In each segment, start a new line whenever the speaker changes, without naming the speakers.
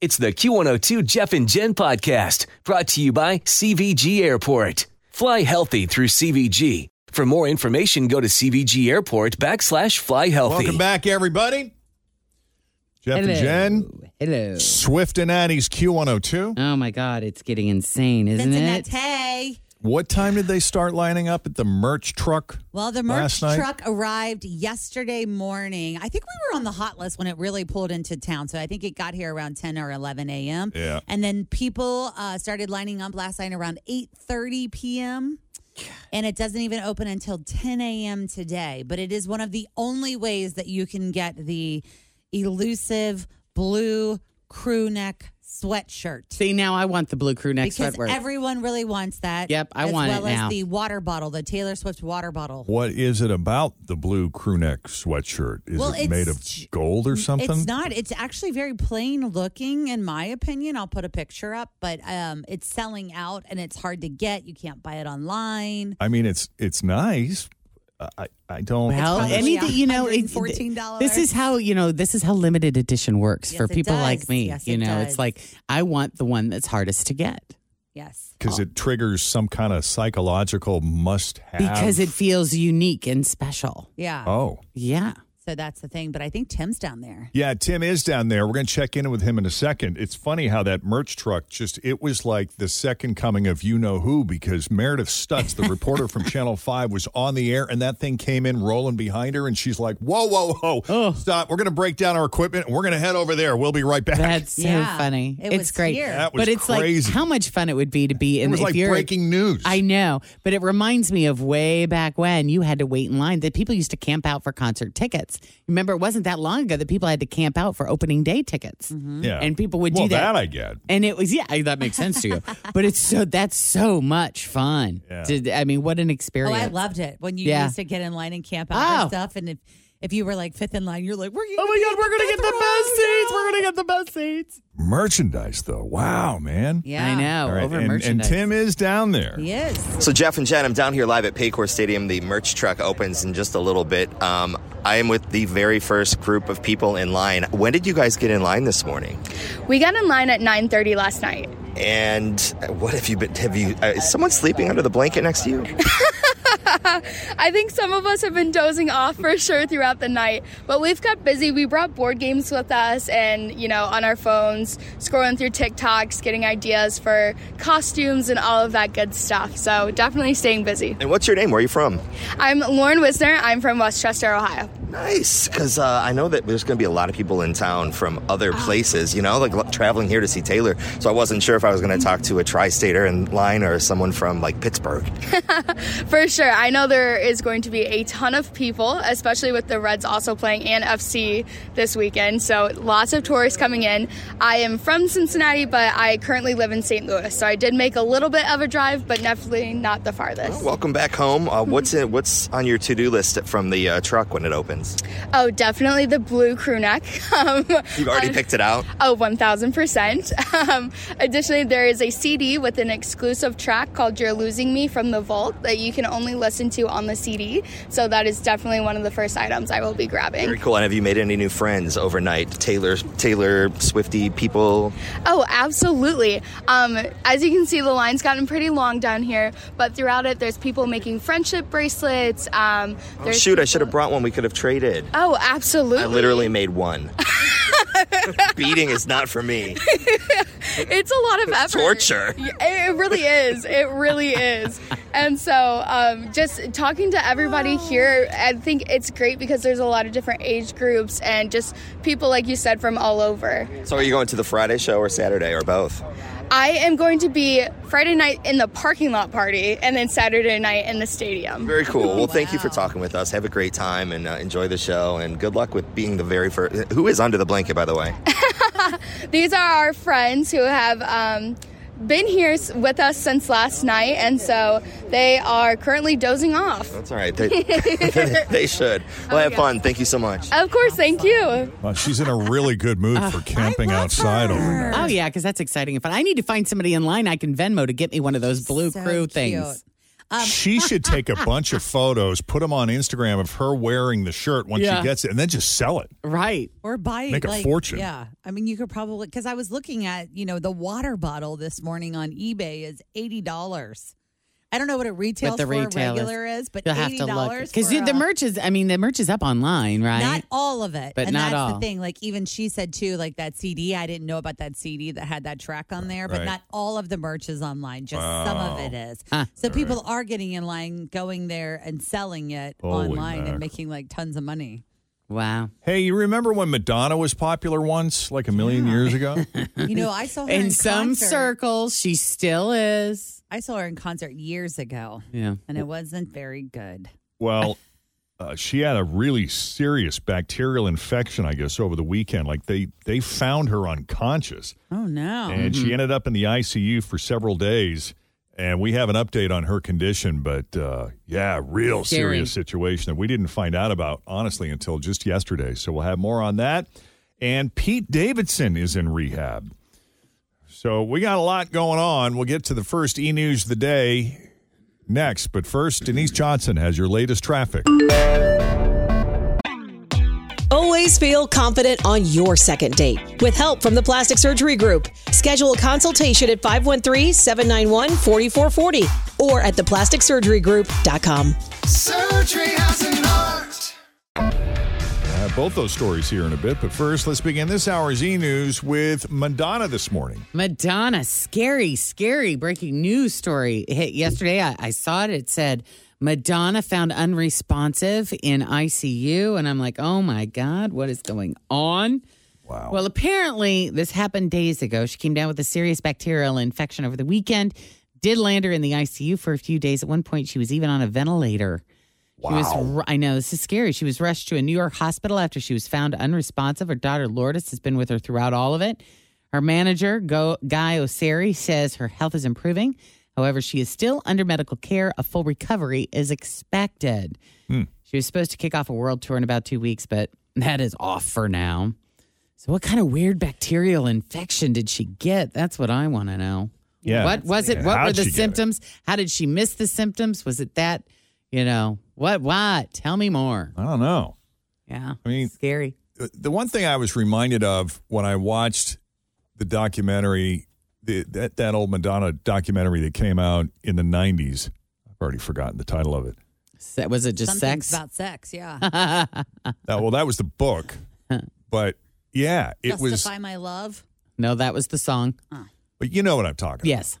It's the Q102 Jeff and Jen podcast brought to you by CVG Airport. Fly healthy through CVG. For more information, go to CVG Airport backslash fly healthy.
Welcome back, everybody. Jeff and Jen,
Hello.
Swift and Annie's Q102.
Oh my God, it's getting insane, isn't it?
Cincinnati.
What time did they start lining up at the merch truck?
Well, the merch
last night?
truck arrived yesterday morning. I think we were on the hot list when it really pulled into town. So I think it got here around 10 or 11 a.m.
Yeah.
And then people uh, started lining up last night around 8.30 p.m. And it doesn't even open until 10 a.m. today. But it is one of the only ways that you can get the elusive blue crew neck sweatshirt.
See, now I want the blue crew neck
because
sweatshirt.
everyone really wants that.
Yep, I
as
want it
well
now.
as the water bottle, the Taylor Swift water bottle.
What is it about the blue crew neck sweatshirt? Is
Well,
it made
it's
of
j-
gold or something?
It's not. It's actually very plain looking, in my opinion. I'll put a picture up, but um, it's selling out and it's hard to get. You can't buy it online.
I mean, it's it's nice. I I- I don't.
well,
probably
anything
a
you know, it-
$114.
This is how you know. This is how limited edition works
Yes,
for
it
people like
does.
me.
Yes,
you
it
know,
does.
it's like I want the one that's hardest to get
Yes.
because it triggers some kind of psychological must-have.
because it feels unique and special.
Yeah.
oh
Yeah.
So that's the thing. But I think Tim's down there.
yeah, Tim is down there. We're going to check in with him in a second. It's funny how that merch truck just—it was like the second coming of you know who because Meredith Stutz, the reporter from Channel Five, was on the air and that thing came in rolling behind her and she's like, "Whoa, whoa, whoa!
Oh.
Stop! We're going to break down our equipment and we're going to head over there. We'll be right back."
That's so
Yeah,
funny.
it
it's
was
great.
here.
That was
but it's
crazy.
like how much fun it would be to be
it
in
was
if
like
you're
breaking news.
I know, but it reminds me of way back when you had to wait in line that people used to camp out for concert tickets. Remember, it wasn't that long ago that people had to camp out for opening day tickets.
Mm-hmm.
yeah,
Mm-hmm. and people would do
well,
that.
That I get.
And it was, yeah, that makes sense to you. But it's so, that's so much fun.
Yeah.
To- I mean, what an experience.
Oh, I loved it when you
Yeah.
used to get in line and camp out
Oh.
for stuff, and if if you were like fifth in line, you're like, "We're
Oh my God, we're going to get the best seats. We're going to get the best seats.
merchandise though. Wow, man.
Yeah,
I know.
All right,
Over
and, and
merchandise.
Tim is down there.
He is.
So Jeff and Jen, I'm down here live at Paycor Stadium. The merch truck opens in just a little bit. Um, I am with the very first group of people in line. When did you guys get in line this morning?
We got in line at 9:30 last night.
And what have you been? Have you? Uh, is someone sleeping under the blanket next to you?
I think some of us have been dozing off for sure throughout the night, but we've got busy. We brought board games with us and, you know, on our phones, scrolling through TikToks, getting ideas for costumes and all of that good stuff. So, definitely staying busy.
And what's your name? Where are you from?
I'm Lauren Wisner. I'm from Westchester, Ohio.
Nice, because uh, I know that there's going to be a lot of people in town from other places. You know, like lo- traveling here to see Taylor. So I wasn't sure if I was going to talk to a tri-stater in line or someone from like Pittsburgh.
For sure. I know there is going to be a ton of people, especially with the Reds also playing and FC this weekend. So lots of tourists coming in. I am from Cincinnati, but I currently live in St. Louis. So I did make a little bit of a drive, but definitely not the farthest.
Welcome back home. Uh, what's in, what's on your to-do list from the uh, truck when it opens?
Oh, definitely the blue crew neck. Um,
You've already
on-
picked it out.
Oh, 1000%. Um, additionally, there is a CD with an exclusive track called You're Losing Me from The Vault that you can only listen to on the CD. So, that is definitely one of the first items I will be grabbing.
Very cool. And have you made any new friends overnight? Taylor, Taylor, Swifty people.
Oh, absolutely. Um, as you can see, the line's gotten pretty long down here, but throughout it, there's people making friendship bracelets. Um,
Oh,
there's
shoot, I
people-
should have brought one. We could have traded.
Oh, absolutely.
I literally made one. Beating is not for me.
it's a lot of effort.
Torture.
Yeah, It it really is. It really is. And so, um, just talking to everybody here, I think it's great because there's a lot of different age groups and just people, like you said, from all over.
So are you going to the Friday show or Saturday or both?
I am going to be Friday night in the parking lot party and then Saturday night in the stadium.
Very cool. Well, thank you for talking with us. Have a great time and uh, enjoy the show. And good luck with being the very first. Who is under the blanket, by the way?
These are our friends who have. Um, been here s- with us since last night, and so they are currently dozing off.
That's all right. They, they should.
Oh,
Well, have fun. Thank you so much.
Of course, thank you.
Wow, she's in a really good mood for camping outside overnight.
Oh yeah, because that's exciting and fun. I need to find somebody in line I can Venmo to get me one of those blue
So
crew
cute.
things.
she should take a bunch of photos, put them on Instagram of her wearing the shirt when
Yeah.
she gets it, and then just sell it.
Right.
Or buy
Make a
like,
fortune.
Yeah, I mean, you could probably because I was looking at you know the water bottle this morning on eBay is eighty dollars. I don't know what it retails
the
for
retail is.
regular is, but
You'll have
eighty
to look
dollars
because the merch is. I mean, the merch is up online, right?
Not all of it,
But
and
not
that's
all.
the thing. Like even she said too, like that CD. I didn't know about that CD that had that track on there, but
Right.
not all of the merch is online. Just some of it is.
Huh.
So people are getting in line, going there and selling it
Holy
online
mackerel.
and making like tons of money.
wow.
Hey, you remember when Madonna was popular once, like a million years ago?
You know, I saw her in,
In some
concert.
circles, she still is.
I saw her in concert years ago,
Yeah.
and it wasn't very good.
Well, uh, she had a really serious bacterial infection, I guess, over the weekend. Like they they found her unconscious,
Oh no!
and
Mm-hmm.
she ended up in the ICU for several days. And we have an update on her condition, but uh, yeah, real
Scary.
serious situation that we didn't find out about honestly until just yesterday. So we'll have more on that. And Pete Davidson is in rehab. So we got a lot going on. We'll get to the first e news of the day next. But first, Denise Johnson has your latest traffic.
Always feel confident on your second date. With help from the Plastic Surgery Group, schedule a consultation at 513 791 4440 or at theplasticsurgerygroup.com.
Surgery has an art.
Uh, both those stories here in a bit. But first, let's begin this hour's e news with Madonna this morning.
Madonna, scary, scary breaking news story hit yesterday. I, I saw it. It said Madonna found unresponsive in ICU. And I'm like, oh my God, what is going on? Wow. Well, apparently, this happened days ago. She came down with a serious bacterial infection over the weekend, did land her in the ICU for a few days. At one point, she was even on a ventilator. She was, ru- I know this is scary. She was rushed to a New York hospital after she was found unresponsive. Her daughter Lourdes has been with her throughout all of it. Her manager, Go, Guy Oseri, says her health is improving. However, she is still under medical care. A full recovery is expected.
Hmm.
She was supposed to kick off a world tour in about two weeks, but that is off for now. So, what kind of weird bacterial infection did she get? That's what I want to know.
Yeah,
What was it?
weird.
What
How'd
were the
she get it?
symptoms? How did she miss the symptoms? Was it that, you know, what, what? Tell me more.
I don't know.
Yeah.
I mean, uh,
scary.
the one thing I was reminded of when I watched the documentary, the, that that old Madonna documentary that came out in the '90s. I've already forgotten the title of it.
Se- Was it just
Something's
sex?
about sex. Yeah,
Uh, well, that was the book, but yeah, it
justify my love.
no, that was the song.
was. But you know what I'm talking. about.
Yes.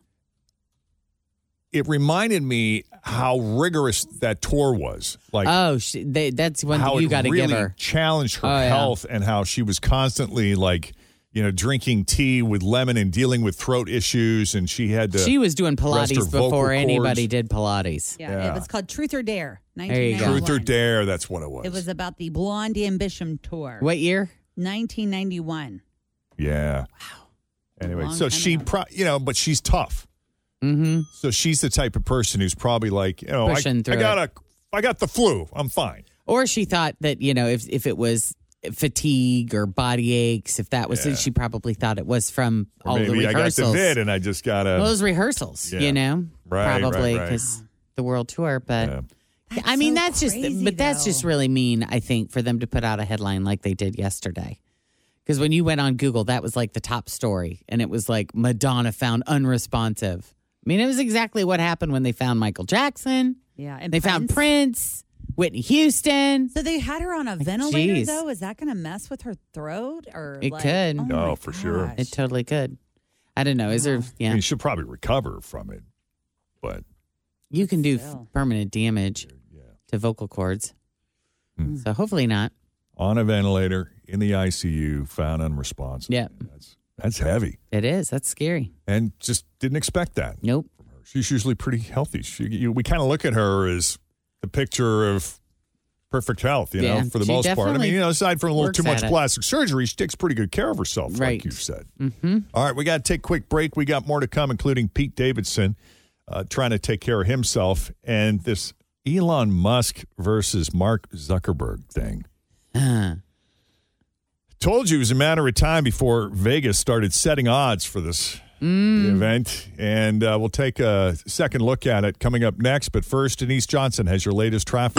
It reminded me how rigorous that tour was. Like
oh, she, they, that's one
how
that you
it
got to
really
give her.
challenged her
Oh, yeah.
health and how she was constantly like, you know, drinking tea with lemon and dealing with throat issues, and she had to.
She was doing
rest her
Pilates
vocal
before anybody
cords.
did Pilates.
Yeah,
Yeah.
it was called Truth or Dare.
you go.
Truth or
1991.
Dare, that's what it was.
It was about the Blonde Ambition tour.
What year?
1991.
Yeah. Wow. Anyway,
Long
so
time
she,
ago.
pro- you know, but she's tough.
Mm-hmm.
So she's the type of person who's probably like, you know, I,
Pushing
I
through
got a, I got the flu. I'm fine.
Or she thought that you know if if it was fatigue or body aches, if that was
Yeah.
she probably thought it was from
Or
all the
maybe I got the
rehearsals.
vid and I just got
well, it
a.
was rehearsals,
Yeah.
you know,
Right, right,
probably
right.
because the world tour. But
Yeah.
I mean,
so
that's just,
crazy,
but that's just
though.
really mean. I think for them to put out a headline like they did yesterday, because when you went on Google, that was like the top story, and it was like Madonna found unresponsive. I mean, it was exactly what happened when they found Michael Jackson.
Yeah, and
they found Prince. Whitney Houston.
So they had her on a ventilator,
jeez.
though. Is that going to mess with her throat? Or
It
like,
could.
Oh,
No,
my
for sure.
gosh.
It totally could. I don't know. Is there?
I
Yeah,
mean, she'll probably recover from it, but
you can do
Still.
permanent damage to vocal cords.
Hmm.
So hopefully not.
on a ventilator in the ICU, found unresponsive.
Yep.
that's that's heavy,
It is. That's scary.
and just didn't expect that.
Nope.
She's usually pretty healthy. She, you, we kind of look at her as the picture of perfect health, you
Yeah,
know, for the
she
most part. I
definitely
mean, you know, aside from a little
works
too much
at it.
plastic surgery, she takes pretty good care of herself, like
Right.
you said.
Mm-hmm.
All right, we got to take a quick break. We got more to come, including Pete Davidson uh, trying to take care of himself and this Elon Musk versus Mark Zuckerberg thing.
Uh,
Told you it was a matter of time before Vegas started setting odds for this
Mm.
event. And uh, we'll take a second look at it coming up next. But first, Denise Johnson has your latest traffic.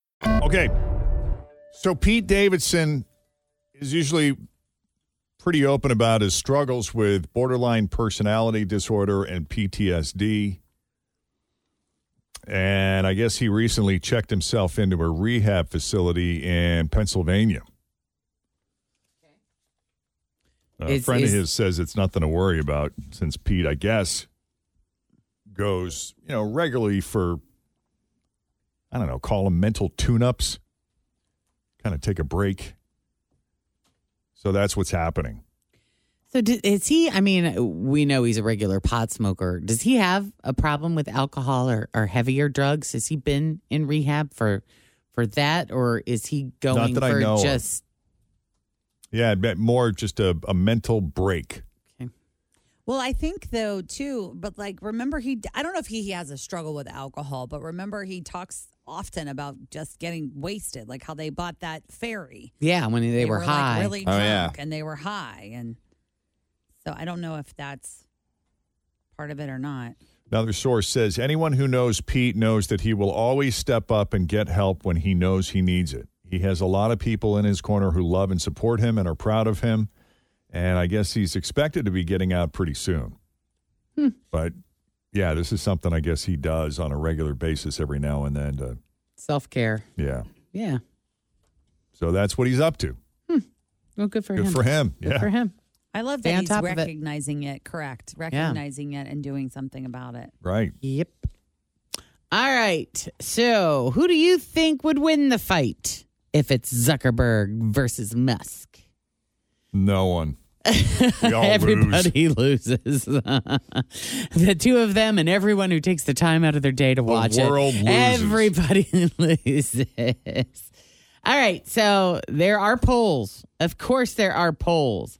Okay. So Pete Davidson is usually pretty open about his struggles with borderline personality disorder and PTSD. And I guess he recently checked himself into a rehab facility in Pennsylvania. A
Is-
friend
is-
of his says it's nothing to worry about since Pete, I guess, goes, you know, regularly for I don't know, call them mental tune ups, kind of take a break. So that's what's happening.
So d is he? I mean, we know he's a regular pot smoker. Does he have a problem with alcohol or, or heavier drugs? Has he been in rehab for for that, or is he going
that I
for
know of.
just?
Yeah, I'd bet more just a, a mental break.
Well, I think though too, but like remember he I don't know if he, he has a struggle with alcohol, but remember he talks often about just getting wasted, like how they bought that ferry.
Yeah, when they, were, high.
like really
Oh,
drunk
yeah.
and they were high and so I don't know if that's part of it or not.
Another source says anyone who knows Pete knows that he will always step up and get help when he knows he needs it. He has a lot of people in his corner who love and support him and are proud of him. And I guess he's expected to be getting out pretty soon.
Hmm.
But yeah, this is something I guess he does on a regular basis every now and then. To,
Self care.
yeah.
Yeah.
So that's what he's up to.
Well, good for
Good
him.
for him.
Good
yeah.
for him.
I love
Stay
that
on
he's
top of it.
recognizing it. correct. Recognizing it and doing something about it.
Right.
Yep. All right. So, who do you think would win the fight if it's Zuckerberg versus Musk?
No one. We all lose.
Everybody loses. the two of them and everyone who takes the time out of their day to watch
world
it.
loses.
Everybody loses. All right, so there are polls. Of course there are polls.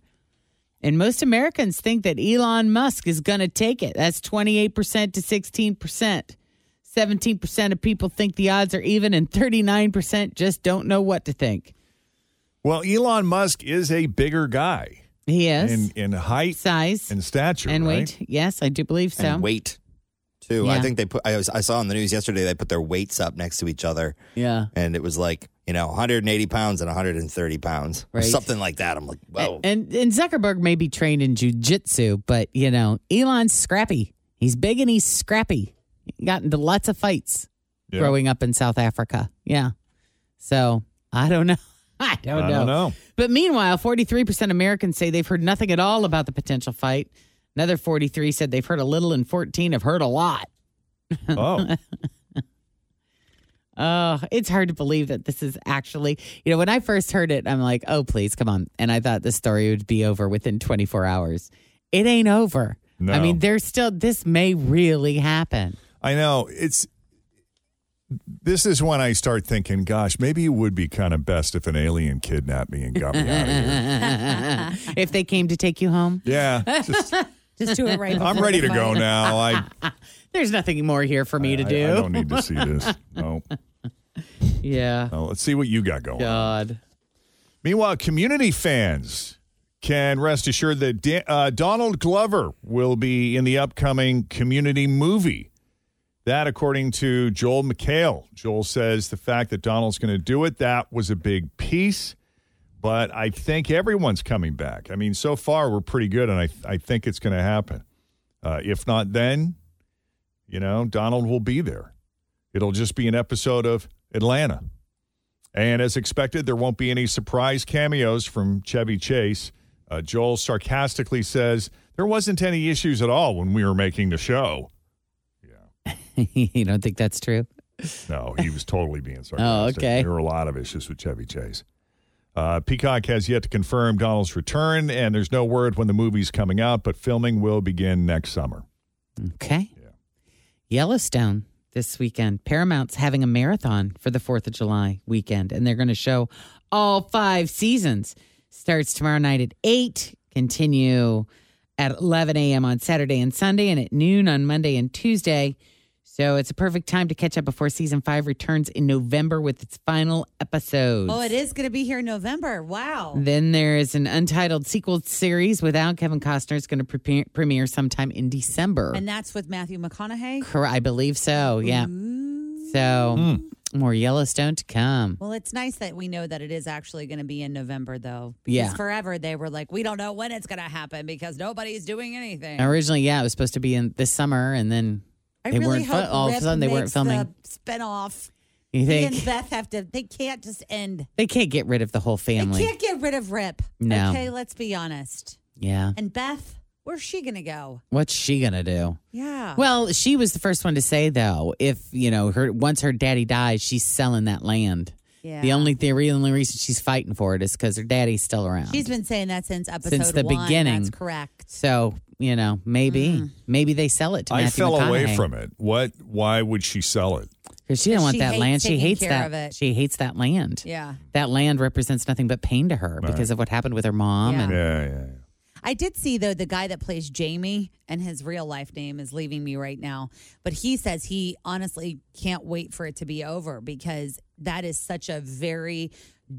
And most Americans think that Elon Musk is going to take it. That's 28% to 16%. 17% of people think the odds are even and 39% just don't know what to think.
Well, Elon Musk is a bigger guy
He is.
in in height
size
and stature.
and
right?
weight. Yes, I do believe so.
and weight too. I
Yeah.
think they put. I, was, I saw on the news yesterday they put their weights up next to each other,
Yeah.
and it was like you know 180 pounds and 130 pounds, or
Right.
something like that. I'm like, whoa.
And and Zuckerberg may be trained in jujitsu, but you know, Elon's scrappy. He's big and he's scrappy. He got into lots of fights
Yeah.
growing up in South Africa. Yeah. So I don't know. I don't
I
know.
don't know.
But meanwhile, 43% Americans say they've heard nothing at all about the potential fight. Another 43 said they've heard a little, and 14 have heard a lot.
Oh,
Oh, it's hard to believe that this is actually, you know, when I first heard it, I'm like, oh, please, come on. And I thought the story would be over within 24 hours. It ain't over.
No.
I mean, there's still, this may really happen.
I know. It's this is when I start thinking, gosh, maybe it would be kind of best if an alien
Uh,
kidnapped me and got me out of here.
if they came to take you home,
Yeah, just
Just do it right.
I'm
before
ready
the
to go
fight.
now. I,
There's nothing more here for me to
I-
do.
I don't need to see this. No.
yeah.
no. Let's see what you got going.
God.
Meanwhile, community fans can rest assured that Da- uh, Donald Glover will be in the upcoming community movie. That, according to Joel McHale. Joel says the fact that Donald's going to do it, that was a big piece. But I think everyone's coming back. I mean, so far, we're pretty good, and I, I think it's going to happen. Uh, if not then, you know, Donald will be there. It'll just be an episode of Atlanta. And as expected, there won't be any surprise cameos from Chevy Chase. Uh, Joel sarcastically says, There wasn't any issues at all when we were making the show.
you don't think that's true? Oh,
No, he was totally being sarcastic.
okay.
There were a lot of issues with Chevy Chase. Uh, Peacock has yet to confirm Donald's return, and there's no word when the movie's coming out, but filming will begin next summer.
Okay. Yellowstone this weekend. Paramount's having a marathon for the 4th of July weekend, and they're going to show all five seasons. Starts tomorrow night at 8, continue at 11 a.m. on Saturday and Sunday, and at noon on Monday and Tuesday. So it's a perfect time to catch up before season five returns in November with its final episode.
Oh, it is going to be here in November. Wow.
Then there is an untitled sequel series without Kevin Costner. It's going to prepare, premiere sometime in December.
And that's with Matthew McConaughey.
Cor- I believe so. Yeah. So
Mm.
more Yellowstone to come.
Well, it's nice that we know that it is actually going to be in November, though. Because
Yeah.
forever they were like, we don't know when it's going to happen because nobody's doing anything.
Originally, yeah, it was supposed to be in this summer, and then
I
they
really
weren't.
hope
fil- all of a
Rip
sudden, they weren't
makes
filming.
The spinoff.
you
He
think
and Beth have to. They can't just end.
they can't get rid of the whole
They
family?
can't get rid of Rip.
No.
Okay, let's be honest.
Yeah.
And Beth, where's she going to go?
What's she gonna do?
Yeah.
Well, she was the first one to say though, if you know her once her daddy dies, she's selling that land.
yeah.
The only theory, the only reason she's fighting for it is because her daddy's still around.
She's been saying that since episode
Since the
one.
beginning.
That's correct.
so you know maybe
Mm.
maybe they sell it to
I
Matthew
fell away
McConaughey.
from it. What? Why would she sell it?
Because she didn't want
She
that
hates
land. She
taking
hates
care
that.
of it.
She hates that land.
Yeah.
That land represents nothing but pain to her because of what happened with her mom.
Yeah.
And
Yeah, yeah, yeah.
I did see though the guy that plays Jamie and his real life name is leaving me right now, but he says he honestly can't wait for it to be over because that is such a very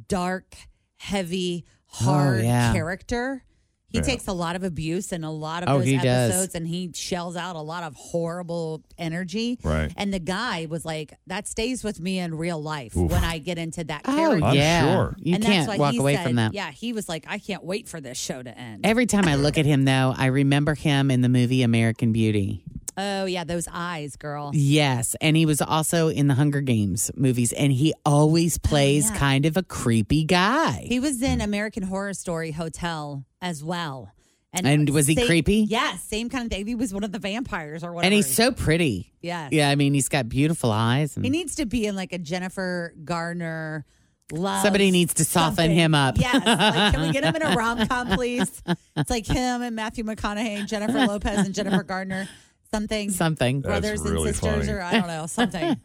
dark, heavy, hard
Oh, yeah.
character. He takes a lot of abuse in a lot of
Oh,
those
he does.
episodes and he shells out a lot of horrible energy.
Right.
And the guy was like, that stays with me in real life
Oof.
when I get into that
oh
character.
I'm
yeah,
sure.
you
and that's
can't
why
walk
he
away
said-
from that.
Yeah, he was like, I can't wait for this show to end.
Every time I look at him, though, I remember him in the movie American Beauty.
Oh yeah, those eyes, girl.
Yes, and he was also in the Hunger Games movies, and he always plays
Oh, yeah.
kind of a creepy guy.
He was in American Horror Story Hotel as well.
And was he
same-
creepy?
Yeah, same kind of thing. He was one of the vampires or whatever.
and he's so pretty.
Yes.
Yeah, I mean, he's got beautiful eyes. And
He needs to be in like a Jennifer Garner love.
Somebody needs to soften
something.
him up.
Yes. Like, can we get him in a rom com, please? It's like him and Matthew McConaughey, Jennifer Lopez and Jennifer Gardner. Something.
something.
That's
Brothers
really
and sisters,
funny.
or I don't know, something.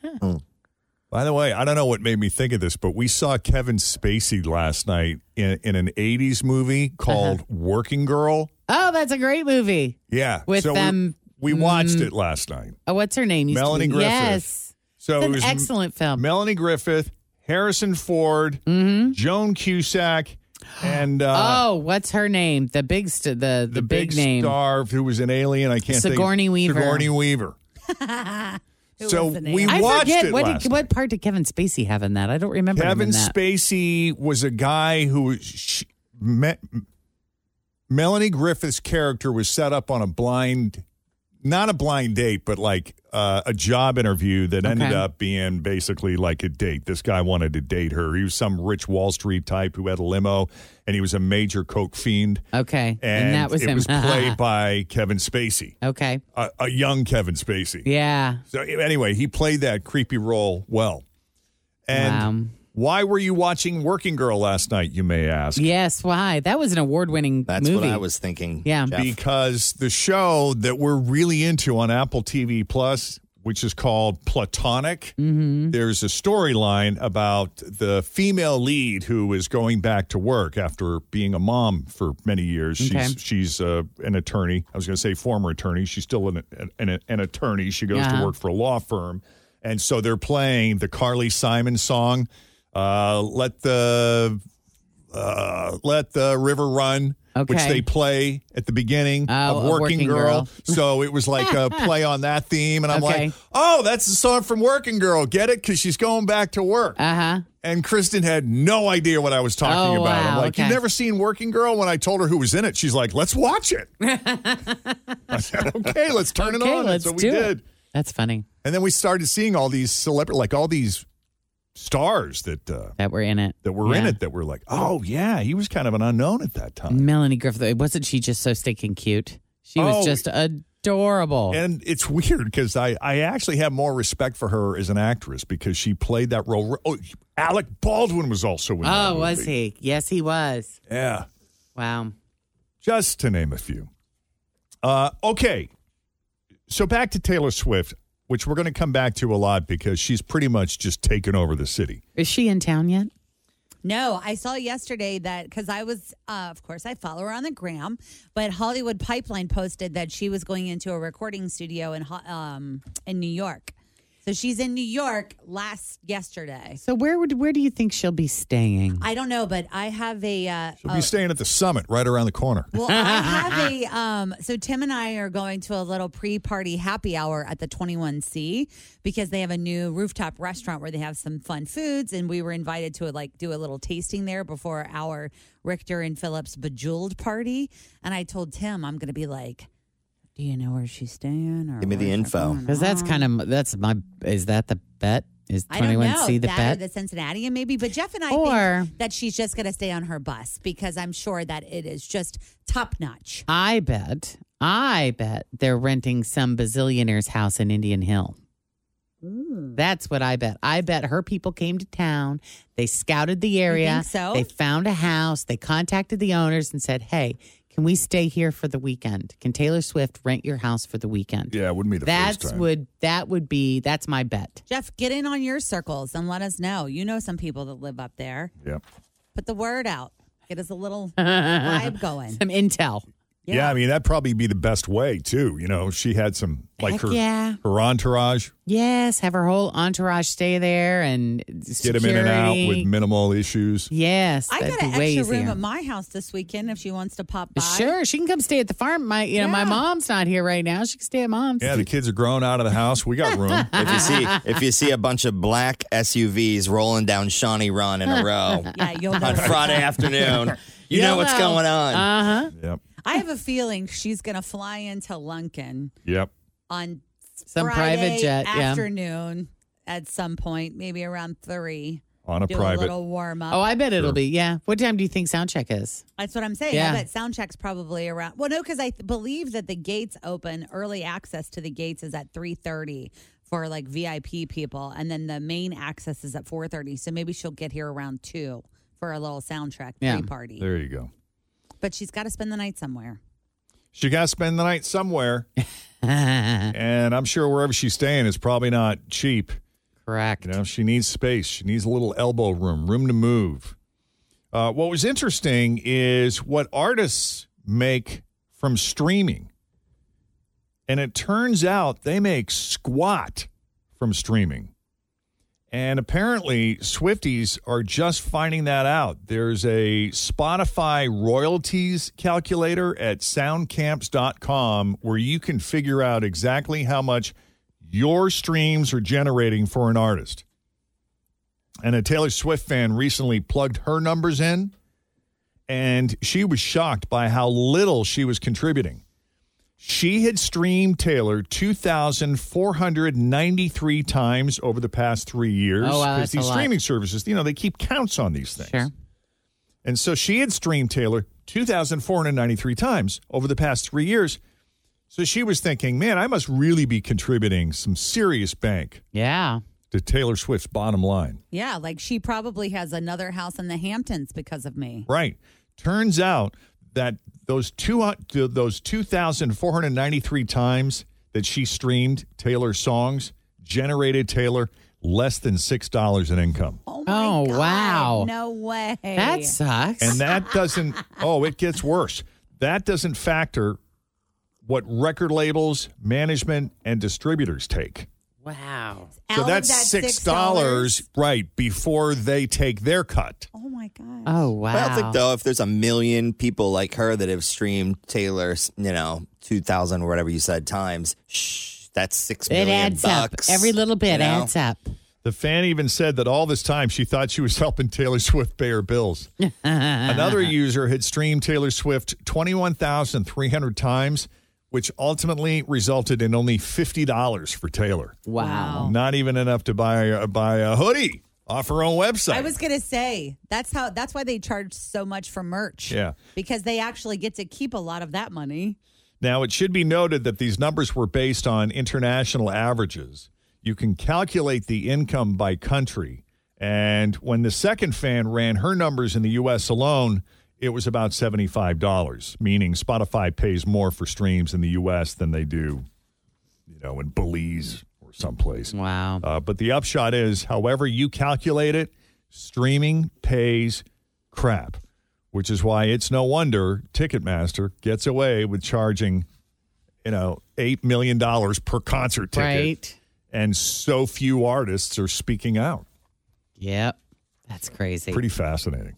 By the way, I don't know what made me think of this, but we saw Kevin Spacey last night in, in an 80s movie
Uh-huh.
called Working Girl.
Oh, that's a great movie.
Yeah.
With
so we-
them-
We, watched it last night.
Oh, what's her name? Used to
Melanie
be-
Griffith.
Yes.
So
It's
it
an
was M-
excellent film. Mm-hmm.
Melanie Griffith, Harrison Ford, Joan Cusack, and uh,
Oh, what's her name? The big st- the, the
the
big, name.
star who was an alien. I can't
Sigourney
think.
Weaver.
Sigourney Weaver.
Who
so
was the
we
name?
I
watched
forget
it
what
last
did, what part did Kevin Spacey have in that? I don't remember. him
Kevin
in that.
Spacey was a guy who was sh me, Melanie Griffith's character was set up on a blind, not a blind date, but like uh, a job interview that ended
Okay.
up being basically like a date. This guy wanted to date her. He was some rich Wall Street type who had a limo, and he was a major coke fiend.
Okay, and,
And,
that was
it
him.
was played by Kevin Spacey,
okay,
a, a young Kevin Spacey.
yeah.
So anyway, he played that creepy role well. And
Wow.
why were you watching Working Girl last night, you may ask?
Yes, why? That was an award-winning
That's
movie.
what I was thinking.
Yeah.
Jeff.
Because the show that we're really into on Apple TV Plus which is called Platonic.
Mm-hmm.
There's a storyline about the female lead who is going back to work after being a mom for many years. She's
Okay.
she's uh, an attorney. I was going to say former attorney. She's still an an, an attorney. She goes
Yeah.
to work for a law firm, and so they're playing the Carly Simon song. Uh, let the uh, let the river run, which
Okay.
they play at the beginning
Oh,
of
of
Working,
Working
Girl.
Girl.
So it was like a play on that theme, and I'm
Okay.
like, oh, that's the song from Working Girl. Get it? Because she's going back to work.
Uh huh.
And Kristen had no idea what I was talking
Oh,
about. I'm
wow,
like, you've
okay.
never seen Working Girl? When I told her who was in it, she's like, let's watch it. I said, okay, let's turn it
Okay,
on.
let's
and so we
do it.
did.
That's funny
And then we started seeing all these celebrity, like all these stars that uh,
that we're in it.
that were in
Yeah.
it that were like, oh yeah, he was kind of an unknown at that time.
Melanie Griffith. Wasn't she just so stinking cute? She was
Oh.
just adorable.
And it's weird because I, I actually have more respect for her as an actress because she played that role. Oh, Alec Baldwin was also in that
oh, was
movie.
he? Yes, he was.
Yeah,
Wow.
just to name a few. Uh, okay, so back to Taylor Swift, which we're going to come back to a lot because she's pretty much just taken over the city.
Is she in town yet?
No, I saw yesterday that because I was, uh, of course, I follow her on the gram, but Hollywood Pipeline posted that she was going into a recording studio in Ho- um, in New York. So she's in New York last yesterday.
So where would where do you think she'll be staying?
I don't know, but I have a. Uh,
She'll
a-
be staying at the summit right around the corner.
well, I have a. Um, so Tim and I are going to a little pre-party happy hour at the Twenty One C because they have a new rooftop restaurant where they have some fun foods, and we were invited to like do a little tasting there before our Richter and Phillips Bejeweled party. And I told Tim I'm going to be like, "Do you know where she's staying?" Or
Give me the
where's her
info.
going
Because that's
on?"
kind of that's my is that the bet? Is
I don't
twenty one
know
C the
that or
bet?
the Cincinnatian maybe, but Jeff and I
Or-
think that she's just going to stay on her bus because I'm sure that it is just top notch.
I bet I bet they're renting some bazillionaire's house in Indian Hill. That's what I bet. I bet her people came to town. They scouted the area.
think so?
They found a house. They contacted the owners and said, "Hey, can we stay here for the weekend? Can Taylor Swift rent your house for the weekend?"
Yeah, it wouldn't be the first
that's
time.
would that would be that's my bet.
Jeff, get in on your circles and let us know. You know some people that live up there.
yeah.
Put the word out. Get us a little vibe going.
Some intel.
yeah, I mean that'd probably be the best way too. You know, she had some like
Heck
her
yeah.
her entourage.
Yes, have her whole entourage stay there and
get him in and out with minimal issues.
Yes,
I
that'd
got an
be way
extra room
easier.
at my house this weekend if she wants to pop by.
Sure, she can come stay at the farm. My, you know, my
Yeah.
mom's not here right now. She can stay at mom's.
Yeah, the kids are grown out of the house. We got room.
If you see if you see a bunch of black SUVs rolling down Shawnee Run in a row
Yeah, you'll know.
on Friday afternoon, you know what's going on.
Uh huh.
yep.
I have a feeling she's going to fly into Lunkin
Yep.
on
Some
Friday
private jet. Yeah.
afternoon at some point, maybe around three.
On a
Do a
private.
little warm up.
Oh, I bet it'll be. Yeah. What time do you think sound check is?
That's what I'm saying. I
Yeah.
bet sound check's probably around. Well, no, because I th- believe that the gates open. Early access to the gates is at 3:30 for like VIP people, and then the main access is at 4:30. So maybe she'll get here around two for a little soundtrack
Yeah.
pre-party.
There you go.
But she's got to spend the night somewhere.
She got to spend the night somewhere, and I'm sure wherever she's staying is probably not cheap.
Correct.
You know, she needs space. She needs a little elbow room, room to move. Uh, what was interesting is what artists make from streaming, and it turns out they make squat from streaming. And apparently, Swifties are just finding that out. There's a Spotify royalties calculator at soundcamps.com where you can figure out exactly how much your streams are generating for an artist. And a Taylor Swift fan recently plugged her numbers in, and she was shocked by how little she was contributing. She had streamed Taylor 2,493 times over the past three years.
Oh, wow,
'cause
that's a
these
lot.
streaming services, you know, they keep counts on these things.
Sure.
And so she had streamed Taylor 2,493 times over the past three years. So she was thinking, man, I must really be contributing some serious bank
Yeah.
to Taylor Swift's bottom line.
Yeah, like she probably has another house in the Hamptons because of me.
Right. Turns out that those two uh, those 2,493 times that she streamed Taylor's songs, generated, Taylor, less than $6 in income.
Oh,
Oh, wow. uh,
No way.
That sucks.
And that doesn't, oh, it gets worse. That doesn't factor what record labels, management, and distributors take.
wow.
Out
so
of
that's
that
six dollars, right, before they take their cut.
Oh my god.
Oh, wow.
But I don't think though if there's a million people like her that have streamed Taylor's, you know, two thousand or whatever you said times, shh, that's six
It
million
adds
bucks.
up. Every little bit
you know?
adds up.
The fan even said that all this time she thought she was helping Taylor Swift pay her bills. Another user had streamed Taylor Swift 21,300 times, which ultimately resulted in only $50 for Taylor.
Wow.
Not even enough to buy a, buy a hoodie off her own website.
I was gonna say that's how that's why they charge so much for merch.
Yeah.
Because they actually get to keep a lot of that money.
Now, it should be noted that these numbers were based on international averages. You can calculate the income by country. And when the second fan ran her numbers in the U.S. alone, it was about $75, meaning Spotify pays more for streams in the U.S. than they do, you know, in Belize or someplace.
Wow.
Uh, but the upshot is, however you calculate it, streaming pays crap, which is why it's no wonder Ticketmaster gets away with charging, you know, $8 million per concert ticket.
Right.
And so few artists are speaking out.
Yep. That's crazy.
Pretty fascinating.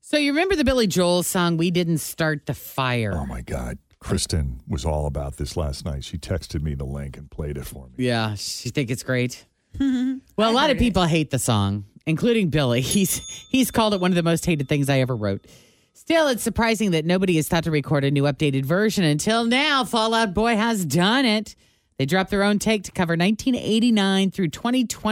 so you remember the Billy Joel song "We Didn't Start the Fire"?
Oh, my God. Kristen was all about this last night. She texted me the link and played it for me.
Yeah, she think it's great. well, a lot of people hate the song, including Billy. He's he's called it one of the most hated things I ever wrote. Still, it's surprising that nobody has thought to record a new updated version until now. Fallout Boy has done it. They dropped their own take to cover 1989 through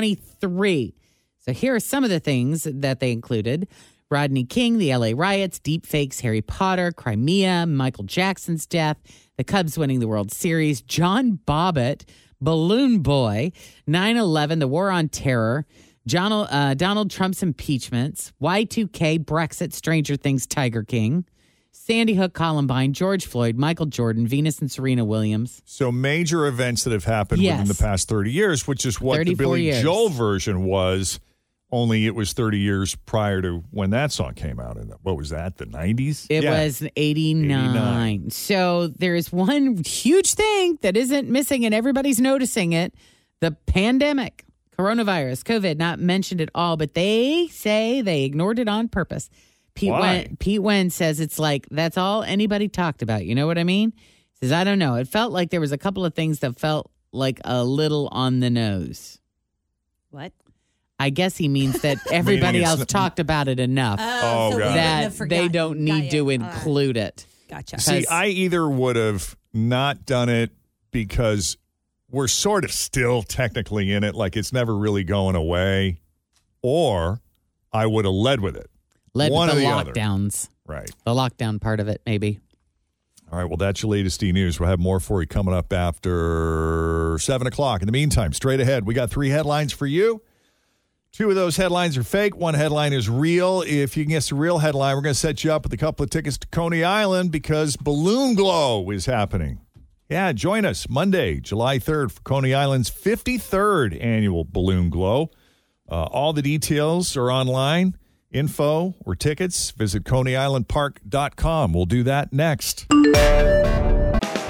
2023. So here are some of the things that they included. Rodney King, the LA riots, deepfakes, Harry Potter, Crimea, Michael Jackson's death, the Cubs winning the World Series, John Bobbitt, Balloon Boy, 9 11, the War on Terror, John, uh, Donald Trump's impeachments, Y2K, Brexit, Stranger Things, Tiger King, Sandy Hook, Columbine, George Floyd, Michael Jordan, Venus and Serena Williams.
So major events that have happened within the
Yes.
past 30 years, which is what the
34
Billy
years.
Joel version was, only it was 30 years prior to when that song came out. And what was that? The 90s?
It
Yeah.
was 89.
89.
So there is one huge thing that isn't missing and everybody's noticing it the pandemic, coronavirus, COVID, not mentioned at all, but they say they ignored it on purpose. Pete
Why?
Wen, Pete Wen says it's like that's all anybody talked about. You know what I mean? Says I don't know. It felt like there was a couple of things that felt like a little on the nose.
What?
I guess he means that everybody
it's
else
n-
talked about it enough
Oh,
so
God.
we wouldn't
that
have
they
forgotten.
don't
Got
need
you.
to
All right.
include it.
Gotcha.
See,
because-
I either would have not done it because we're sort of still technically in it, like it's never really going away, or I would have led with it.
Led
One
with
or
the
the other.
lockdowns.
Right.
The lockdown part of it, maybe.
All right. Well, that's your latest E News. We'll have more for you coming up after 7 o'clock. In the meantime, straight ahead, we got three headlines for you. Two of those headlines are fake, one headline is real. If you can guess the real headline, we're going to set you up with a couple of tickets to Coney Island because Balloon Glow is happening. Yeah, join us Monday, July 3rd for Coney Island's 53rd annual Balloon Glow. Uh, all the details are online. Info or tickets, visit coneyislandpark.com. We'll do that next.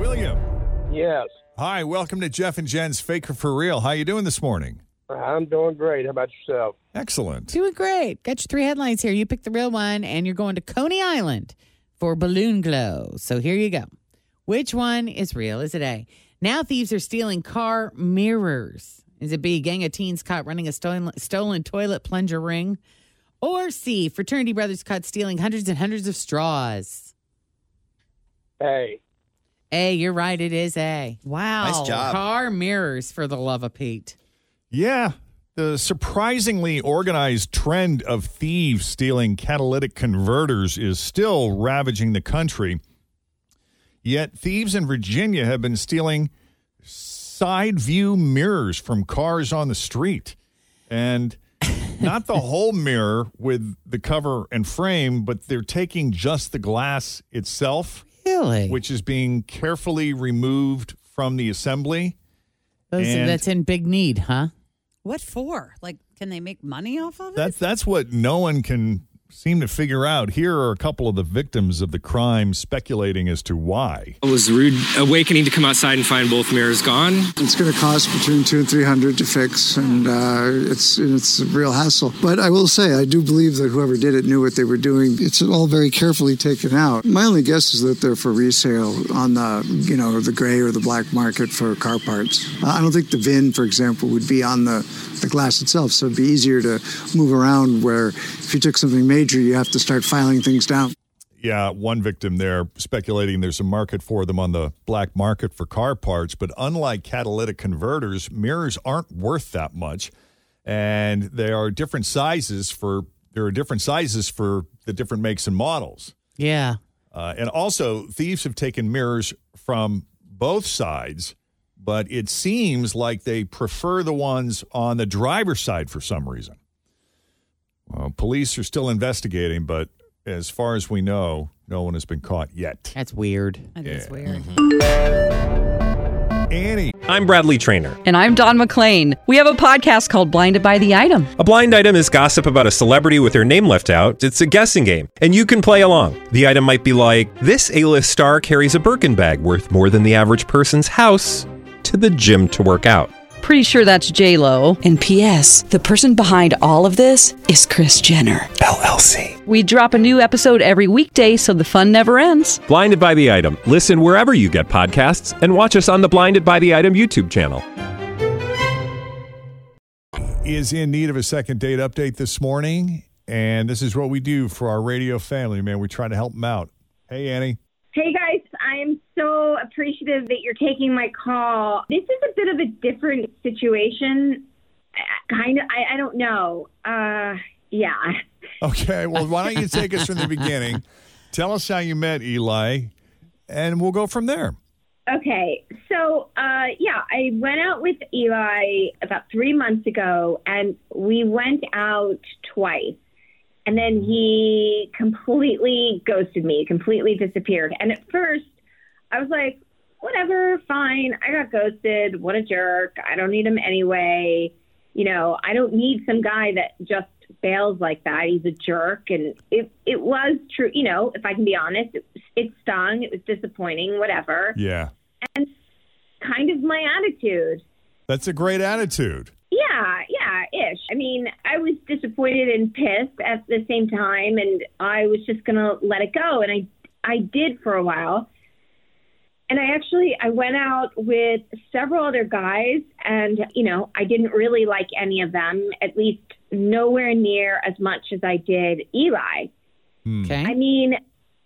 William,
Yes,
hi, welcome to Jeff and Jen's Faker for Real. How you doing this morning?
I'm doing great. How about yourself?
Excellent.
Doing great. Got your three headlines here. You picked the real one, and you're going to Coney Island for Balloon Glow. So here you go. Which one is real? Is it A? Now thieves are stealing car mirrors. Is it B? Gang of teens caught running a stolen, stolen toilet plunger ring. Or C? Fraternity brothers caught stealing hundreds and hundreds of straws.
Hey,
A, you're right. It is A. Wow.
Nice job.
Car mirrors for the love of Pete.
Yeah. The surprisingly organized trend of thieves stealing catalytic converters is still ravaging the country. Yet, thieves in Virginia have been stealing side view mirrors from cars on the street. And not the whole mirror with the cover and frame, but they're taking just the glass itself,
really?
which is being carefully removed from the assembly.
Those,
And-
that's in big need, huh?
What for? Like, can they make money off of it?
That's that's what no one can seem to figure out. Here are a couple of the victims of the crime speculating as to why.
It was a rude awakening to come outside and find both mirrors gone.
It's going to cost between two and three hundred to fix, and uh, it's it's a real hassle. But I will say, I do believe that whoever did it knew what they were doing. It's all very carefully taken out. My only guess is that they're for resale on the you know the gray or the black market for car parts. Uh, I don't think the VIN, for example, would be on the the glass itself, so it'd be easier to move around. Where if you took something major, you have to start filing things down.
Yeah, one victim there speculating there's a market for them on the black market for car parts, but unlike catalytic converters, mirrors aren't worth that much. And there are different sizes for there are different sizes for the different makes and models.
Yeah.
Uh, and also, thieves have taken mirrors from both sides, but it seems like they prefer the ones on the driver's side for some reason. Well, police are still investigating, but as far as we know, no one has been caught yet. Mm-hmm.
That's weird.
That
is
weird. Annie.
I'm Bradley Trainer.
And I'm Don McClain. We have a podcast called Blinded by the Item.
A blind item is gossip about a celebrity with their name left out. It's a guessing game, and you can play along. The item might be like this A list star carries a Birkin bag worth more than the average person's house to the gym to work out.
Pretty sure that's J Lo. And P.S. The person behind all of this is Chris Jenner
LLC.
We drop a new episode every weekday, so the fun never ends.
Blinded by the Item. Listen wherever you get podcasts and watch us on the Blinded by the Item YouTube channel.
Is in need of a second date update this morning, and this is what we do for our radio family, man. We try to help them out. Hey, Annie.
Hey guys, I am so appreciative that you're taking my call. This is a bit of a different situation. I, I kind of, I, I don't know. Uh, yeah.
Okay, well, why don't you take us from the beginning? Tell us how you met Eli, and we'll go from there.
Okay, so uh, yeah, I went out with Eli about three months ago, and we went out twice. And then he completely ghosted me, completely disappeared. And at first, I was like, whatever, fine. I got ghosted. What a jerk. I don't need him anyway. You know, I don't need some guy that just bails like that. He's a jerk. And it, it was true. You know, if I can be honest, it, it stung. It was disappointing, whatever.
Yeah.
And kind of my attitude.
That's a great attitude.
Yeah, yeah, ish. I mean, I was disappointed and pissed at the same time, and I was just gonna let it go, and I I did for a while. And I actually I went out with several other guys, and you know I didn't really like any of them, at least nowhere near as much as I did Eli.
Hmm. Mm.
Okay.
I mean,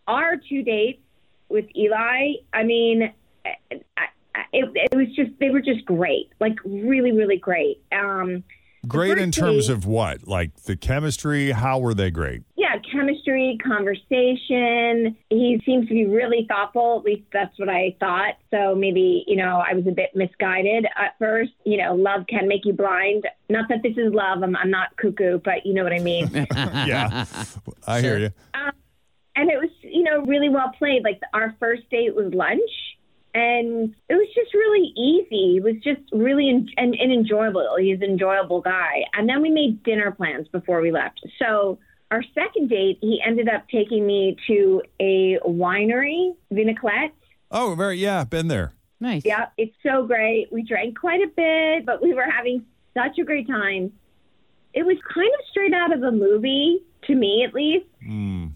our two dates with Eli, I mean, I, I, it, it was just, they were just great. Like, really, really great. Um,
Great in terms of what? Like the chemistry? How were they great?
yeah, chemistry, conversation. He seems to be really thoughtful. At least that's what I thought. So maybe, you know, I was a bit misguided at first. You know, love can make you blind. Not that this is love. I'm, I'm not cuckoo, but you know what I mean.
yeah. I hear you.
and it was you know really well played like our first date was lunch and it was just really easy it was just really en- and, and enjoyable he's an enjoyable guy and then we made dinner plans before we left so our second date he ended up taking me to a winery vinaclet
Oh, very. Yeah, been there.
Nice.
Yeah, it's so great. We drank quite a bit, but we were having such a great time. It was kind of straight out of a movie, to me at least.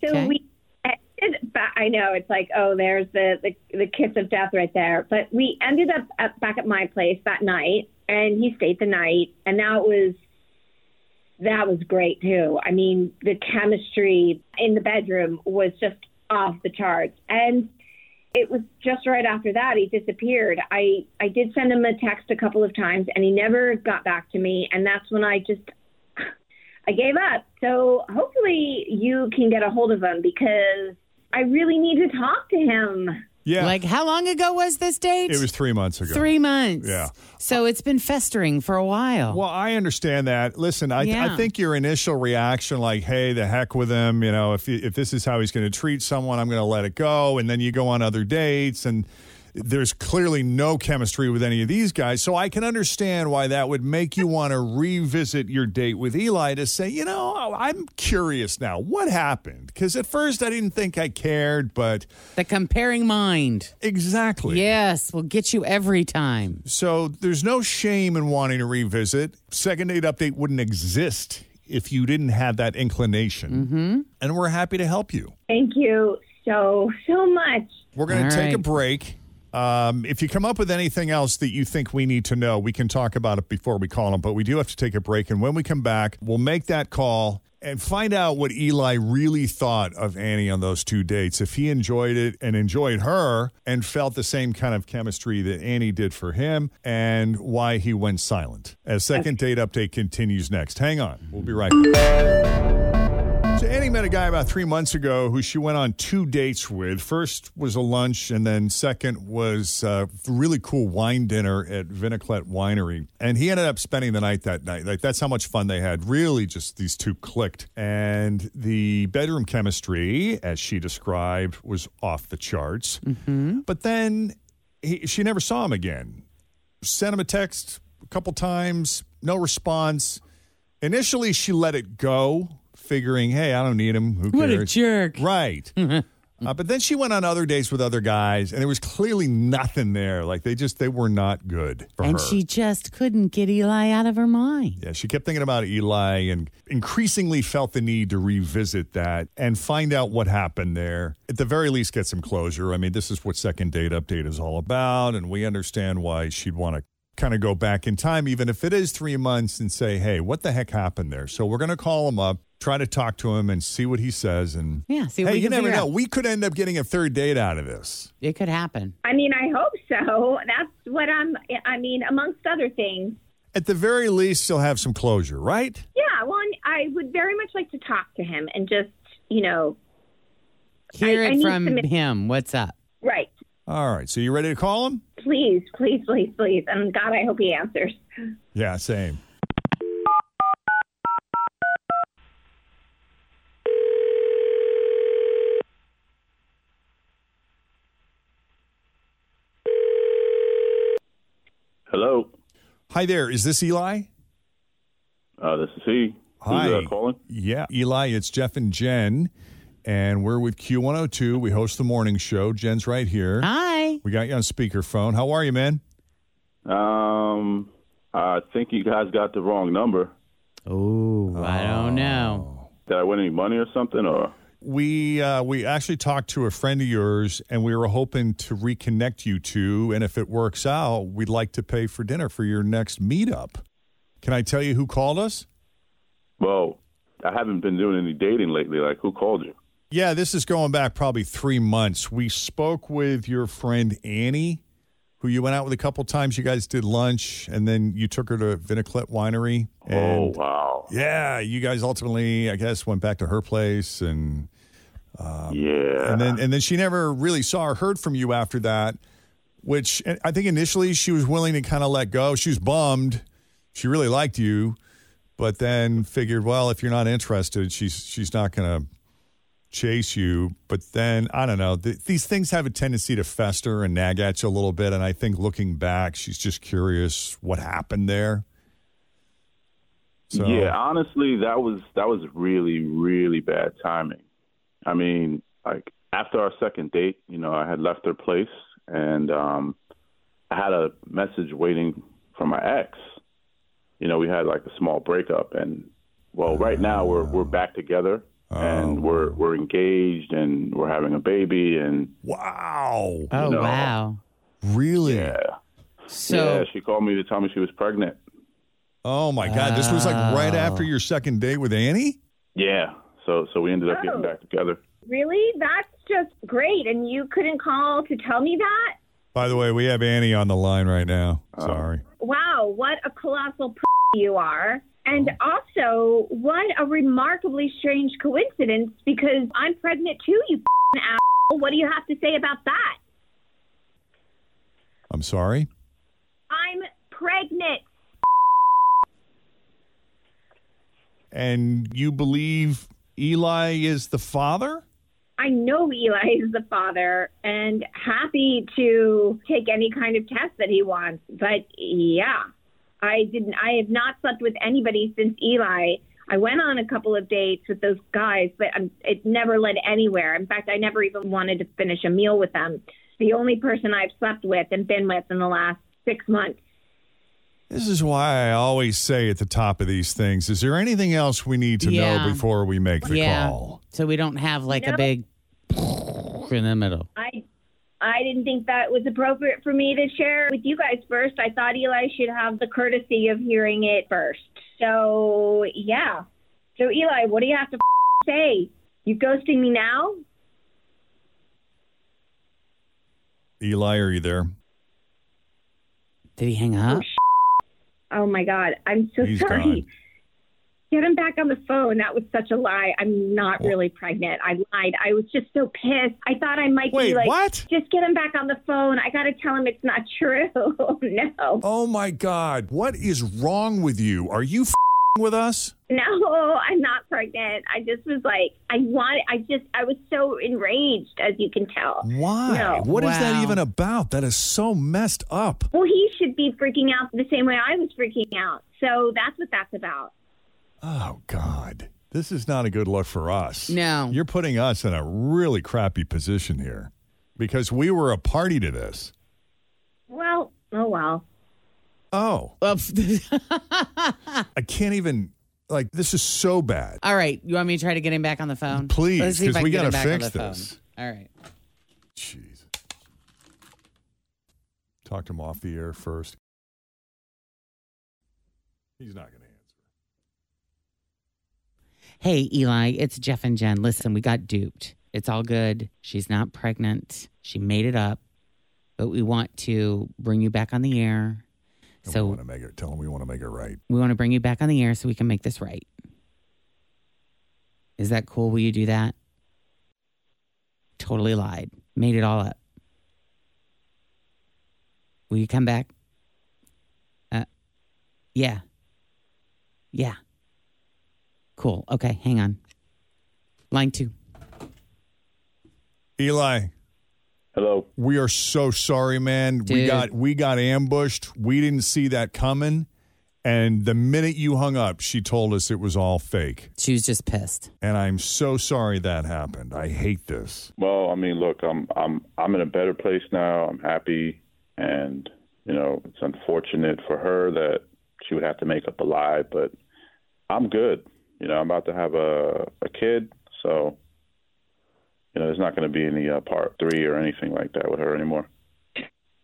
so we ended, ba- I know it's like, oh, there's the, the, the kiss of death right there. But we ended up at, back at my place that night, and he stayed the night, and that was that was great too. I mean, the chemistry in the bedroom was just off the charts. And It was just right after that he disappeared. I I did send him a text a couple of times and he never got back to me and that's when I just I gave up. So hopefully you can get a hold of him because I really need to talk to him.
Yeah.
Like, how long ago was this date?
It was three months ago.
Three months.
Yeah.
So it's been festering for a while.
Well, I understand that. Listen, I, I
Yeah.
think your initial reaction, like, "Hey, the heck with him," you know, if if this is how he's going to treat someone, I'm going to let it go, and then you go on other dates, and there's clearly no chemistry with any of these guys. So I can understand why that would make you want to revisit your date with Eli to say, you know, I'm curious now, what happened? Because at first I didn't think I cared, but
the comparing mind,
exactly.
Yes, will get you every time.
So there's no shame in wanting to revisit. Second date update wouldn't exist if you didn't have that inclination. Mm-hmm. And we're happy to help you.
Thank you so so much.
We're going to take a break. Um, if you come up with anything else that you think we need to know, we can talk about it before we call him. But we do have to take a break. And when we come back, we'll make that call and find out what Eli really thought of Annie on those two dates. If he enjoyed it and enjoyed her and felt the same kind of chemistry that Annie did for him and why he went silent. As second date update continues next. Hang on. We'll be right back. So Annie met a guy about three months ago who she went on two dates with. First was a lunch, and then second was a really cool wine dinner at Viniclet Winery. And he ended up spending the night that night. Like that's how much fun they had. Really, just these two clicked, and the bedroom chemistry, as she described, was off the charts. But then he, she never saw him again. Sent him a text a couple times, no response. Initially, she let it go, figuring, hey, I don't need him. Who cares?
What a jerk.
Right. uh, but then she went on other dates with other guys, and there was clearly nothing there. Like they just, they were not good for
And
her.
she just couldn't get Eli out of her mind.
Yeah, she kept thinking about Eli and increasingly felt the need to revisit that and find out what happened there. At the very least, get some closure. I mean, this is what Second Date Update is all about, and we understand why she'd want to kind of go back in time, even if it is three months, and say, hey, what the heck happened there? So we're going to call him up, try to talk to him, and see what he says. And
Yeah, see what
hey,
we
you
can
never
figure
know.
out.
We could end up getting a third date out of this.
It could happen.
I mean, I hope so. That's what I'm I mean, amongst other things.
At the very least, you'll have some closure, right?
Yeah, well, I'm- I would very much like to talk to him and just, you know,
Hear
I- I
it
need
from
some-
him. What's up?
right.
All right. So you ready to call him?
Please, please, please, please. And God, I hope he answers.
Yeah, same.
Hello.
Hi there. Is this Eli?
Uh, this is he. Who's
Hi.
uh, calling?
Yeah, Eli, it's Jeff and Jen, and we're with Q102. We host the morning show. Jen's right here.
Hi.
We got you on speakerphone. How are you, man?
Um, I think you guys got the wrong number.
Oh, I don't know.
Did I win any money or something? Or
We uh, we actually talked to a friend of yours, and we were hoping to reconnect you two. And if it works out, we'd like to pay for dinner for your next meetup. Can I tell you who called us?
well, I haven't been doing any dating lately. Like, who called you?
Yeah, this is going back probably three months. We spoke with your friend Annie, who you went out with a couple times. You guys did lunch, and then you took her to Viniclet Winery.
oh
And
wow.
yeah, you guys ultimately, I guess, went back to her place, and um,
yeah.
and then and then she never really saw or heard from you after that. Which and I think initially she was willing to kind of let go. She was bummed. She really liked you, but then figured, well, if you're not interested, she's she's not going to chase you. But then I don't know. Th- these things have a tendency to fester and nag at you a little bit. And I think looking back, she's just curious what happened there. So
Yeah, honestly, that was that was really really bad timing. I mean, like after our second date, you know, I had left her place and um I had a message waiting from my ex. You know, we had like a small breakup and well, right now we're
Ah.
we're back together
Oh.
and we're we're engaged and we're having a baby and
wow,
Oh,
No.
wow.
really.
yeah.
So,
yeah, she called me to tell me she was pregnant.
Oh my God! This was like right after your second date with Annie.
Yeah. So so we ended up getting back together.
Really? That's just great. And you couldn't call to tell me that?
By the way, we have Annie on the line right now.
Oh.
Sorry.
Wow, what a colossal p- you are. And also, what a remarkably strange coincidence because I'm pregnant too, you p- asshole. What do you have to say about that?
I'm sorry.
I'm pregnant.
And you believe Eli is the father?
I know Eli is the father and happy to take any kind of test that he wants. But yeah, I didn't. I have not slept with anybody since Eli. I went on a couple of dates with those guys, but i it never led anywhere. In fact, I never even wanted to finish a meal with them. The only person I've slept with and been with in the last six months.
This is why I always say at the top of these things is there anything else we need to
Yeah.
know before we make the
yeah.
call?
So we don't have like a
No.
big in the middle.
I I didn't think that was appropriate for me to share with you guys first. I thought Eli should have the courtesy of hearing it first. So yeah. So Eli, what do you have to say? You ghosting me now?
Eli, are you there?
Did he hang up?
Oh my God, I'm so
He's
sorry.
gone.
Get him back on the phone. That was such a lie. I'm not really pregnant. I lied. I was just so pissed. I thought I might
Wait,
be like,
what?
Just get him back on the phone. I got to tell him it's not true. no.
Oh my God. What is wrong with you? Are you f- with us?
No, I'm not pregnant. I just was like, I want. I just, I was so enraged, as you can tell.
Why?
No.
What is that even about? That is so messed up.
Well, he should be freaking out the same way I was freaking out. So that's what that's about.
Oh God. This is not a good look for us.
No.
You're putting us in a really crappy position here because we were a party to this.
Well, oh well.
Oh. I can't even like this is so bad.
All right. You want me to try to get him back on the phone?
Please,
Let's see if
'cause
I can
we
get him
gotta
back on
fix
the phone.
this.
All right.
Jeez. Talked him off the air first. He's not going to answer.
Hey, Eli, it's Jeff and Jen. Listen, we got duped. It's all good. She's not pregnant. She made it up. But we want to bring you back on the air.
And
So-
we want to make it. Tell him we want to make it right.
We want to bring you back on the air so we can make this right. Is that cool? Will you do that? Totally lied. Made it all up. Will you come back? Uh, yeah. Yeah. Cool. Okay, hang on. Line two.
Eli.
Hello.
We are so sorry, man. We
Dude.
got we got ambushed. We didn't see that coming. And the minute you hung up, she told us it was all fake.
She was just pissed.
And I'm so sorry that happened. I hate this.
Well, I mean, look, I'm I'm I'm in a better place now. I'm happy, and you know, it's unfortunate for her that she would have to make up a lie, but I'm good. You know, I'm about to have a a kid, so you know, there's not going to be any uh, part three or anything like that with her anymore.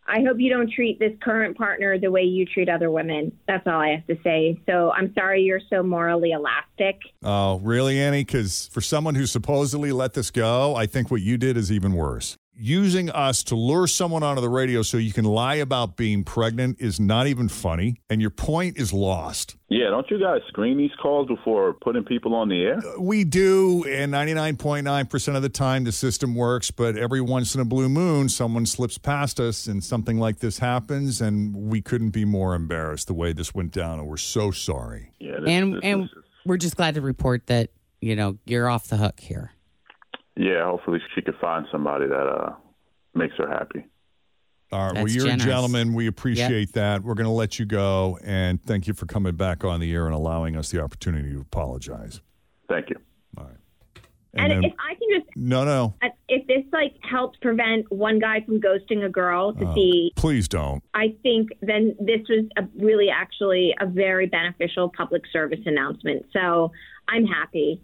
I hope you don't treat this current partner the way you treat other women. That's all I have to say. So I'm sorry you're so morally elastic.
Oh, really, Annie? Because for someone who supposedly let this go, I think what you did is even worse. Using us to lure someone onto the radio so you can lie about being pregnant is not even funny, and your point is lost.
Yeah, don't you guys screen these calls before putting people on the air?
We do, and 99.9% of the time the system works, but every once in a blue moon, someone slips past us and something like this happens, and we couldn't be more embarrassed the way this went down, and we're so sorry.
Yeah,
and and we're just glad to report that, you know, you're off the hook here.
Yeah, hopefully she could find somebody that uh makes her happy.
All right, well,
That's
you're
generous.
a gentleman. We appreciate that. We're going to let you go, and thank you for coming back on the air and allowing us the opportunity to apologize.
Thank you.
All right.
And,
And then-
if I can just,
no, no.
if this like helps prevent one guy from ghosting a girl to
Oh,
see,
please don't.
I think then this was a, really actually a very beneficial public service announcement. So I'm happy.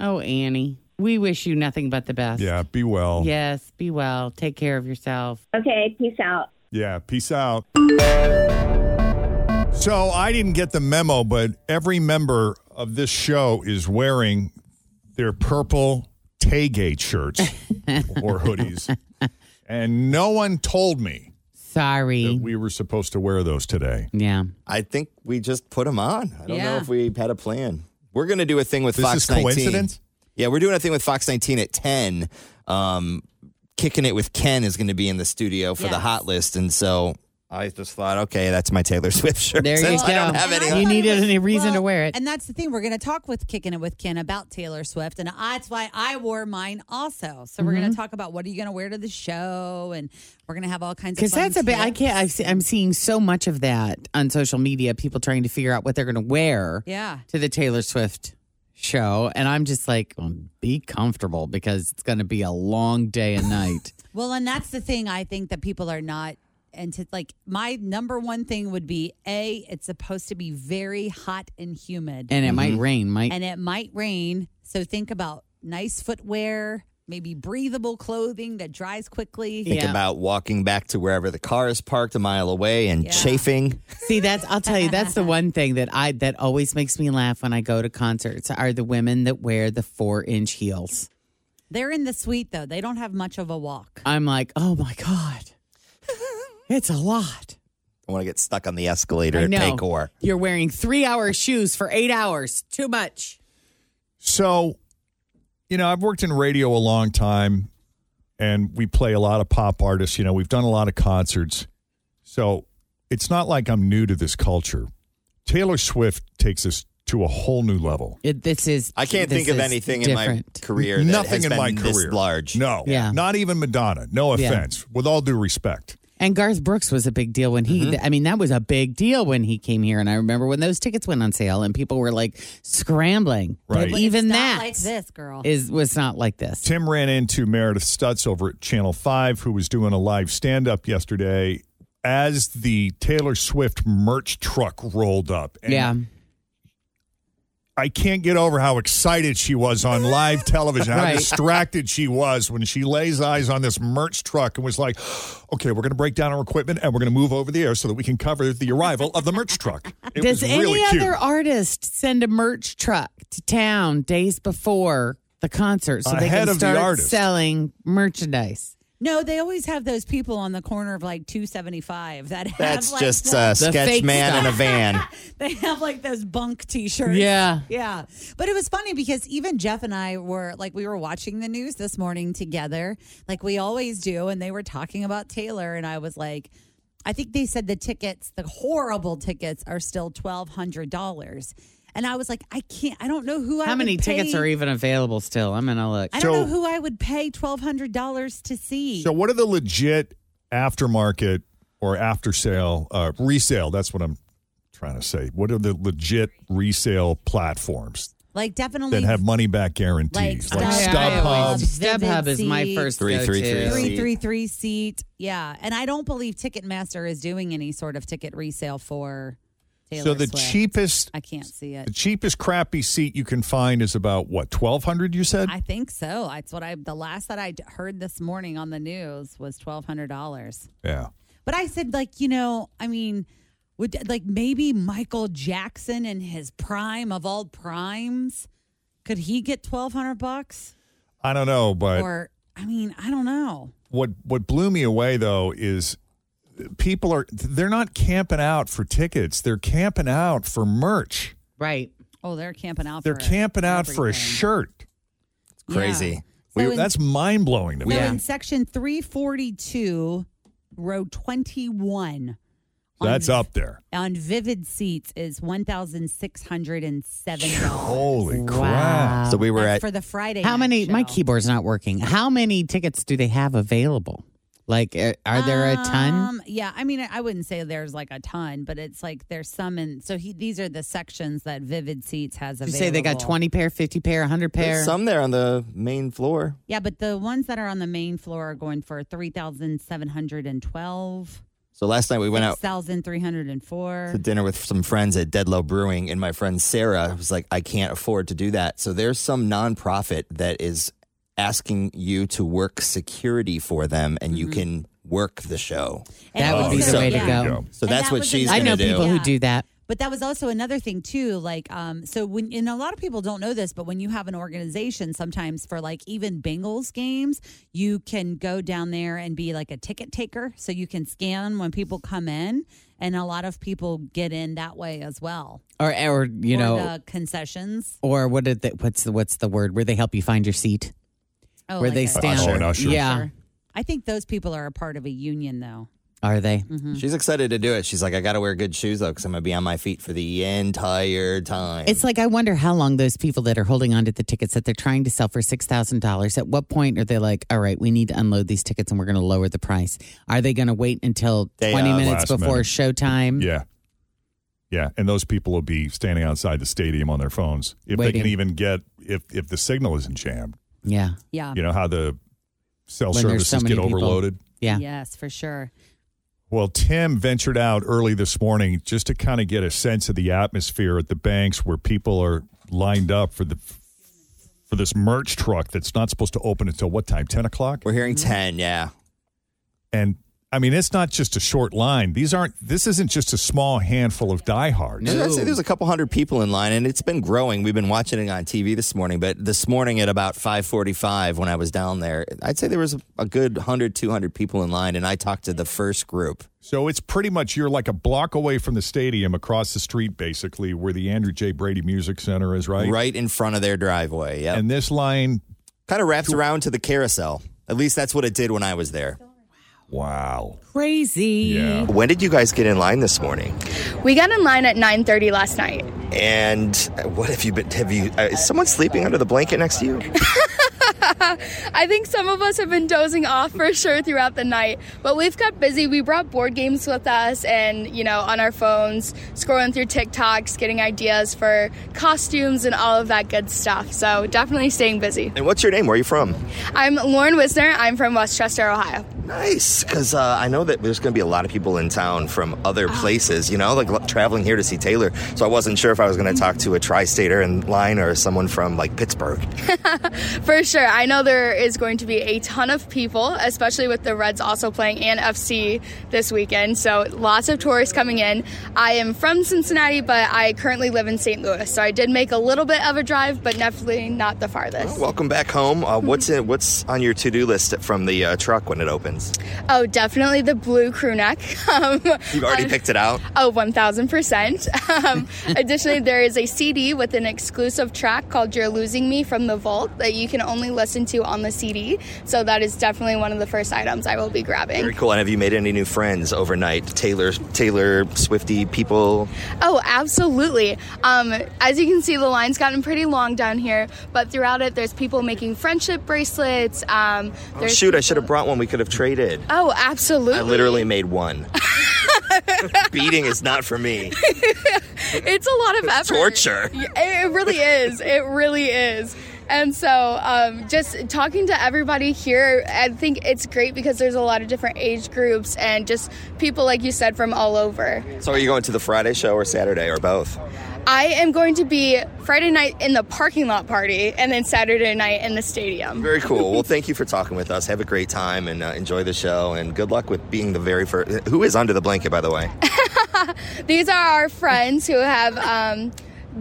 Oh, Annie, we wish you nothing but the best.
Yeah, be well.
Yes, be well. Take care of yourself.
Okay, peace out.
Yeah, peace out. So I didn't get the memo, but every member of this show is wearing their purple Taygate shirts or hoodies, and no one told me.
Sorry,
that we were supposed to wear those today.
Yeah,
I think we just put them on. I don't know
Yeah.
if we had a plan. We're going to do a thing with
This
Fox
is
19.
coincidence?
Yeah, we're doing a thing with Fox 19 at 10. Um, Kicking it with Ken is going to be in the studio for the hot list, and so I just thought, okay, that's my Taylor Swift shirt.
There you
Since
go.
I don't have any.
you needed any reason to wear it.
And that's the thing. We're going to talk with Kicking It With Ken about Taylor Swift. And that's why I wore mine also. So we're going
Mhm.
to talk about what are you going to wear to the show? And we're going to have all kinds of
Because
fun
that's a bit. I
tips.
can't. I've se- I'm seeing so much of that on social media. People trying to figure out what they're going to wear.
Yeah.
To the Taylor Swift show, and I'm just like, well, be comfortable because it's going to be a long day and night.
Well, and that's the thing I think that people are not into. Like, my number one thing would be A, it's supposed to be very hot and humid.
And it might Mhm. rain, might-
And it might rain. So think about nice footwear, maybe breathable clothing that dries quickly.
Think about walking back to wherever the car is parked a mile away and chafing.
See, that's I'll tell you, that's the one thing that I that always makes me laugh when I go to concerts are the women that wear the four inch heels.
They're in the suite, though. They don't have much of a walk.
I'm like, oh my God. It's a lot.
I want to get stuck on the escalator
I
at
know.
Paycor.
You're wearing three hour shoes for eight hours. Too much.
So, you know, I've worked in radio a long time and we play a lot of pop artists. You know, we've done a lot of concerts. So it's not like I'm new to this culture. Taylor Swift takes us to a whole new level.
It, this is
I can't think of anything in my career. That
Nothing
has
in
been
my
this
career.
large.
No.
Yeah.
Not even Madonna. No
Yeah.
offense. With all due respect. Mm-hmm.
And Garth Brooks was a big deal when he, I mean, that was a big deal when he came here. And I remember when those tickets went on sale and people were like scrambling. But
Right.
even
Not
that
like this, girl.
is was not like this.
Tim ran into Meredith Stutz over at Channel 5, who was doing a live stand up yesterday as the Taylor Swift merch truck rolled up. And
yeah.
I can't get over how excited she was on live television, how
Right.
distracted she was when she lays eyes on this merch truck and was like, okay, we're going to break down our equipment and we're going to move over the air so that we can cover the arrival of the merch truck. It
Does
was
any
really cute.
other artist send a merch truck to town days before the concert so they
Ahead
can
of the
start
artist.
selling merchandise?
No, they always have those people on the corner of like 275 that have
That's
like
just
the-
a sketch man in a van.
They have like those bunk t-shirts.
Yeah.
Yeah. But it was funny because even Jeff and I were like we were watching the news this morning together, like we always do, and they were talking about Taylor and I was like I think they said the tickets, the horrible tickets are still $1200. And I was like I can't I don't know who I
How
would
many tickets
pay-
are even available still? I'm going to look.
I don't know who I would pay $1200 to see.
So, what are the legit aftermarket or after sale, uh, resale? That's what I'm trying to say. What are the legit resale platforms
like definitely
that have money back guarantees?
Like
StubHub.
Vivid
StubHub is my
Seat.
first Three, three, go-to. three
Three,
seat.
three, three seat. Yeah, and I don't believe Ticketmaster is doing any sort of ticket resale for Taylor
so the
Swift.
cheapest
I can't see
The
it.
cheapest crappy seat you can find is about what twelve hundred? You said
I think so. That's what I. The last that I d- heard this morning on the news was twelve hundred dollars.
yeah.
But I said, like, you know, I mean, would like maybe Michael Jackson in his prime of all primes, could he get twelve hundred bucks?
I don't know, but
Or I mean, I don't know.
what what blew me away though is people are they're not camping out for tickets; they're camping out for merch.
Right.
Oh, they're camping out.
They're
for
camping out for a
everything.
shirt. It's
crazy.
We,
So in-
that's mind blowing to
So
me.
in section 342, row 21,
That's up there.
on vivid seats is $1,607.
Holy crap!
Wow.
So we were at
That's for the Friday.
How
night
many? My
show.
keyboard's not working. How many tickets do they have available? Like, uh, are there a ton?
Um, yeah, I mean, I wouldn't say there's like a ton, but it's like there's some in. So he, these are the sections that Vivid Seats has
Did you
available.
say they got 20 pair, 50 pair, 100 pair?
There's some there on the main floor.
Yeah, but the ones that are on the main floor are going for 3,712,
So last night we went out
6,304.
to dinner with some friends at Dead Low Brewing, and my friend Sarah was like, I can't afford to do that. So there's some nonprofit that is asking you to work security for them, and you can work the show.
Mm-hmm. That would be the way to go.
So that's what she's
I
gonna
know
do.
Oh. people who do that.
But that was also another thing too. Like, um, so when and a lot of people don't know this, but when you have an organization, sometimes for like even Bengals games, you can go down there and be like a ticket taker, so you can scan when people come in, and a lot of people get in that way as well.
Or, or you
Or
know,
the concessions.
or what did that? What's the what's the word where they help you find your seat?
Oh,
where
like
they
a-
stand?
Usher. Oh, an usher.
Yeah,
I think those people are a part of a union, though.
are they?
She's excited to do it. She's like, I got to wear good shoes though, because I'm gonna be on my feet for the entire time.
It's like I wonder how long those people that are holding on to the tickets that they're trying to sell for six thousand dollars. At what point are they like, all right, we need to unload these tickets and we're going to lower the price? Are they going to wait until
Day
twenty
of.
minutes
Last
before
minute.
showtime?
Yeah. Yeah, and those people will be standing outside the stadium on their phones if they
Waiting.
can even get if if the signal isn't jammed.
Yeah,
Yeah.
You know how the cell
When there's
services
so many
get
people.
overloaded.
Yeah.
Yes, for sure.
Well, Tim ventured out early this morning just to kind of get a sense of the atmosphere at the banks where people are lined up for the for this merch truck that's not supposed to open until what time? Ten o'clock.
We're hearing ten. Yeah.
And I mean, it's not just a short line. These aren't. This isn't just a small handful of diehards.
I'd say there's a couple hundred people in line, and it's been growing. We've been watching it on TV this morning, but this morning at about 5:45, when I was down there, I'd say there was a, a good 100, 200 people in line, and I talked to the first group.
So it's pretty much you're like a block away from the stadium, across the street, basically, where the Andrew J. Brady Music Center is, right?
Right in front of their driveway. Yeah.
And this line
kind of wrapped around to the carousel. At least that's what it did when I was there.
Wow.
Crazy.
Yeah. When did you guys get in line this morning?
We got in line at 9:30 last night.
And what have you been? Have you? Uh, is someone sleeping under the blanket next to you?
I think some of us have been dozing off for sure throughout the night, but we've got busy. We brought board games with us and, you know, on our phones, scrolling through TikToks, getting ideas for costumes and all of that good stuff. So definitely staying busy.
And what's your name? Where are you from?
I'm Lauren Wisner. I'm from Westchester, Ohio.
Nice, because uh, I know that there's going to be a lot of people in town from other
Ah.
places, you know, like lo- traveling here to see Taylor. So I wasn't sure if I was going to talk to a tri stater in line or someone from like Pittsburgh.
For sure. I know there is going to be a ton of people, especially with the Reds also playing and FC this weekend. So lots of tourists coming in. I am from Cincinnati, but I currently live in St. Louis. So I did make a little bit of a drive, but definitely not the farthest.
Welcome back home. Uh, what's, in, what's on your to do list from the uh, truck when it opens?
Oh, definitely the blue crew neck. Um,
You've already
on-
picked it out.
Oh, 1000%. Um, additionally, there is a CD with an exclusive track called You're Losing Me from the Vault that you can only listen to on the CD. So, that is definitely one of the first items I will be grabbing.
Very cool. And have you made any new friends overnight? Taylor, Taylor, Swifty people?
Oh, absolutely. Um, as you can see, the line's gotten pretty long down here, but throughout it, there's people making friendship bracelets. Um,
Oh,
there's
shoot, I should have brought one. We could have traded.
Oh, absolutely.
I literally made one. Beating is not for me.
it's a lot of effort.
torture.
Yeah, It it really is. It really is. And so, um, just talking to everybody here, I think it's great because there's a lot of different age groups and just people, like you said, from all over.
So are you going to the Friday show or Saturday or both?
I am going to be Friday night in the parking lot party and then Saturday night in the stadium.
Very cool. Well, thank you for talking with us. Have a great time and uh, enjoy the show. And good luck with being the very first. Who is under the blanket, by the way?
These are our friends who have um,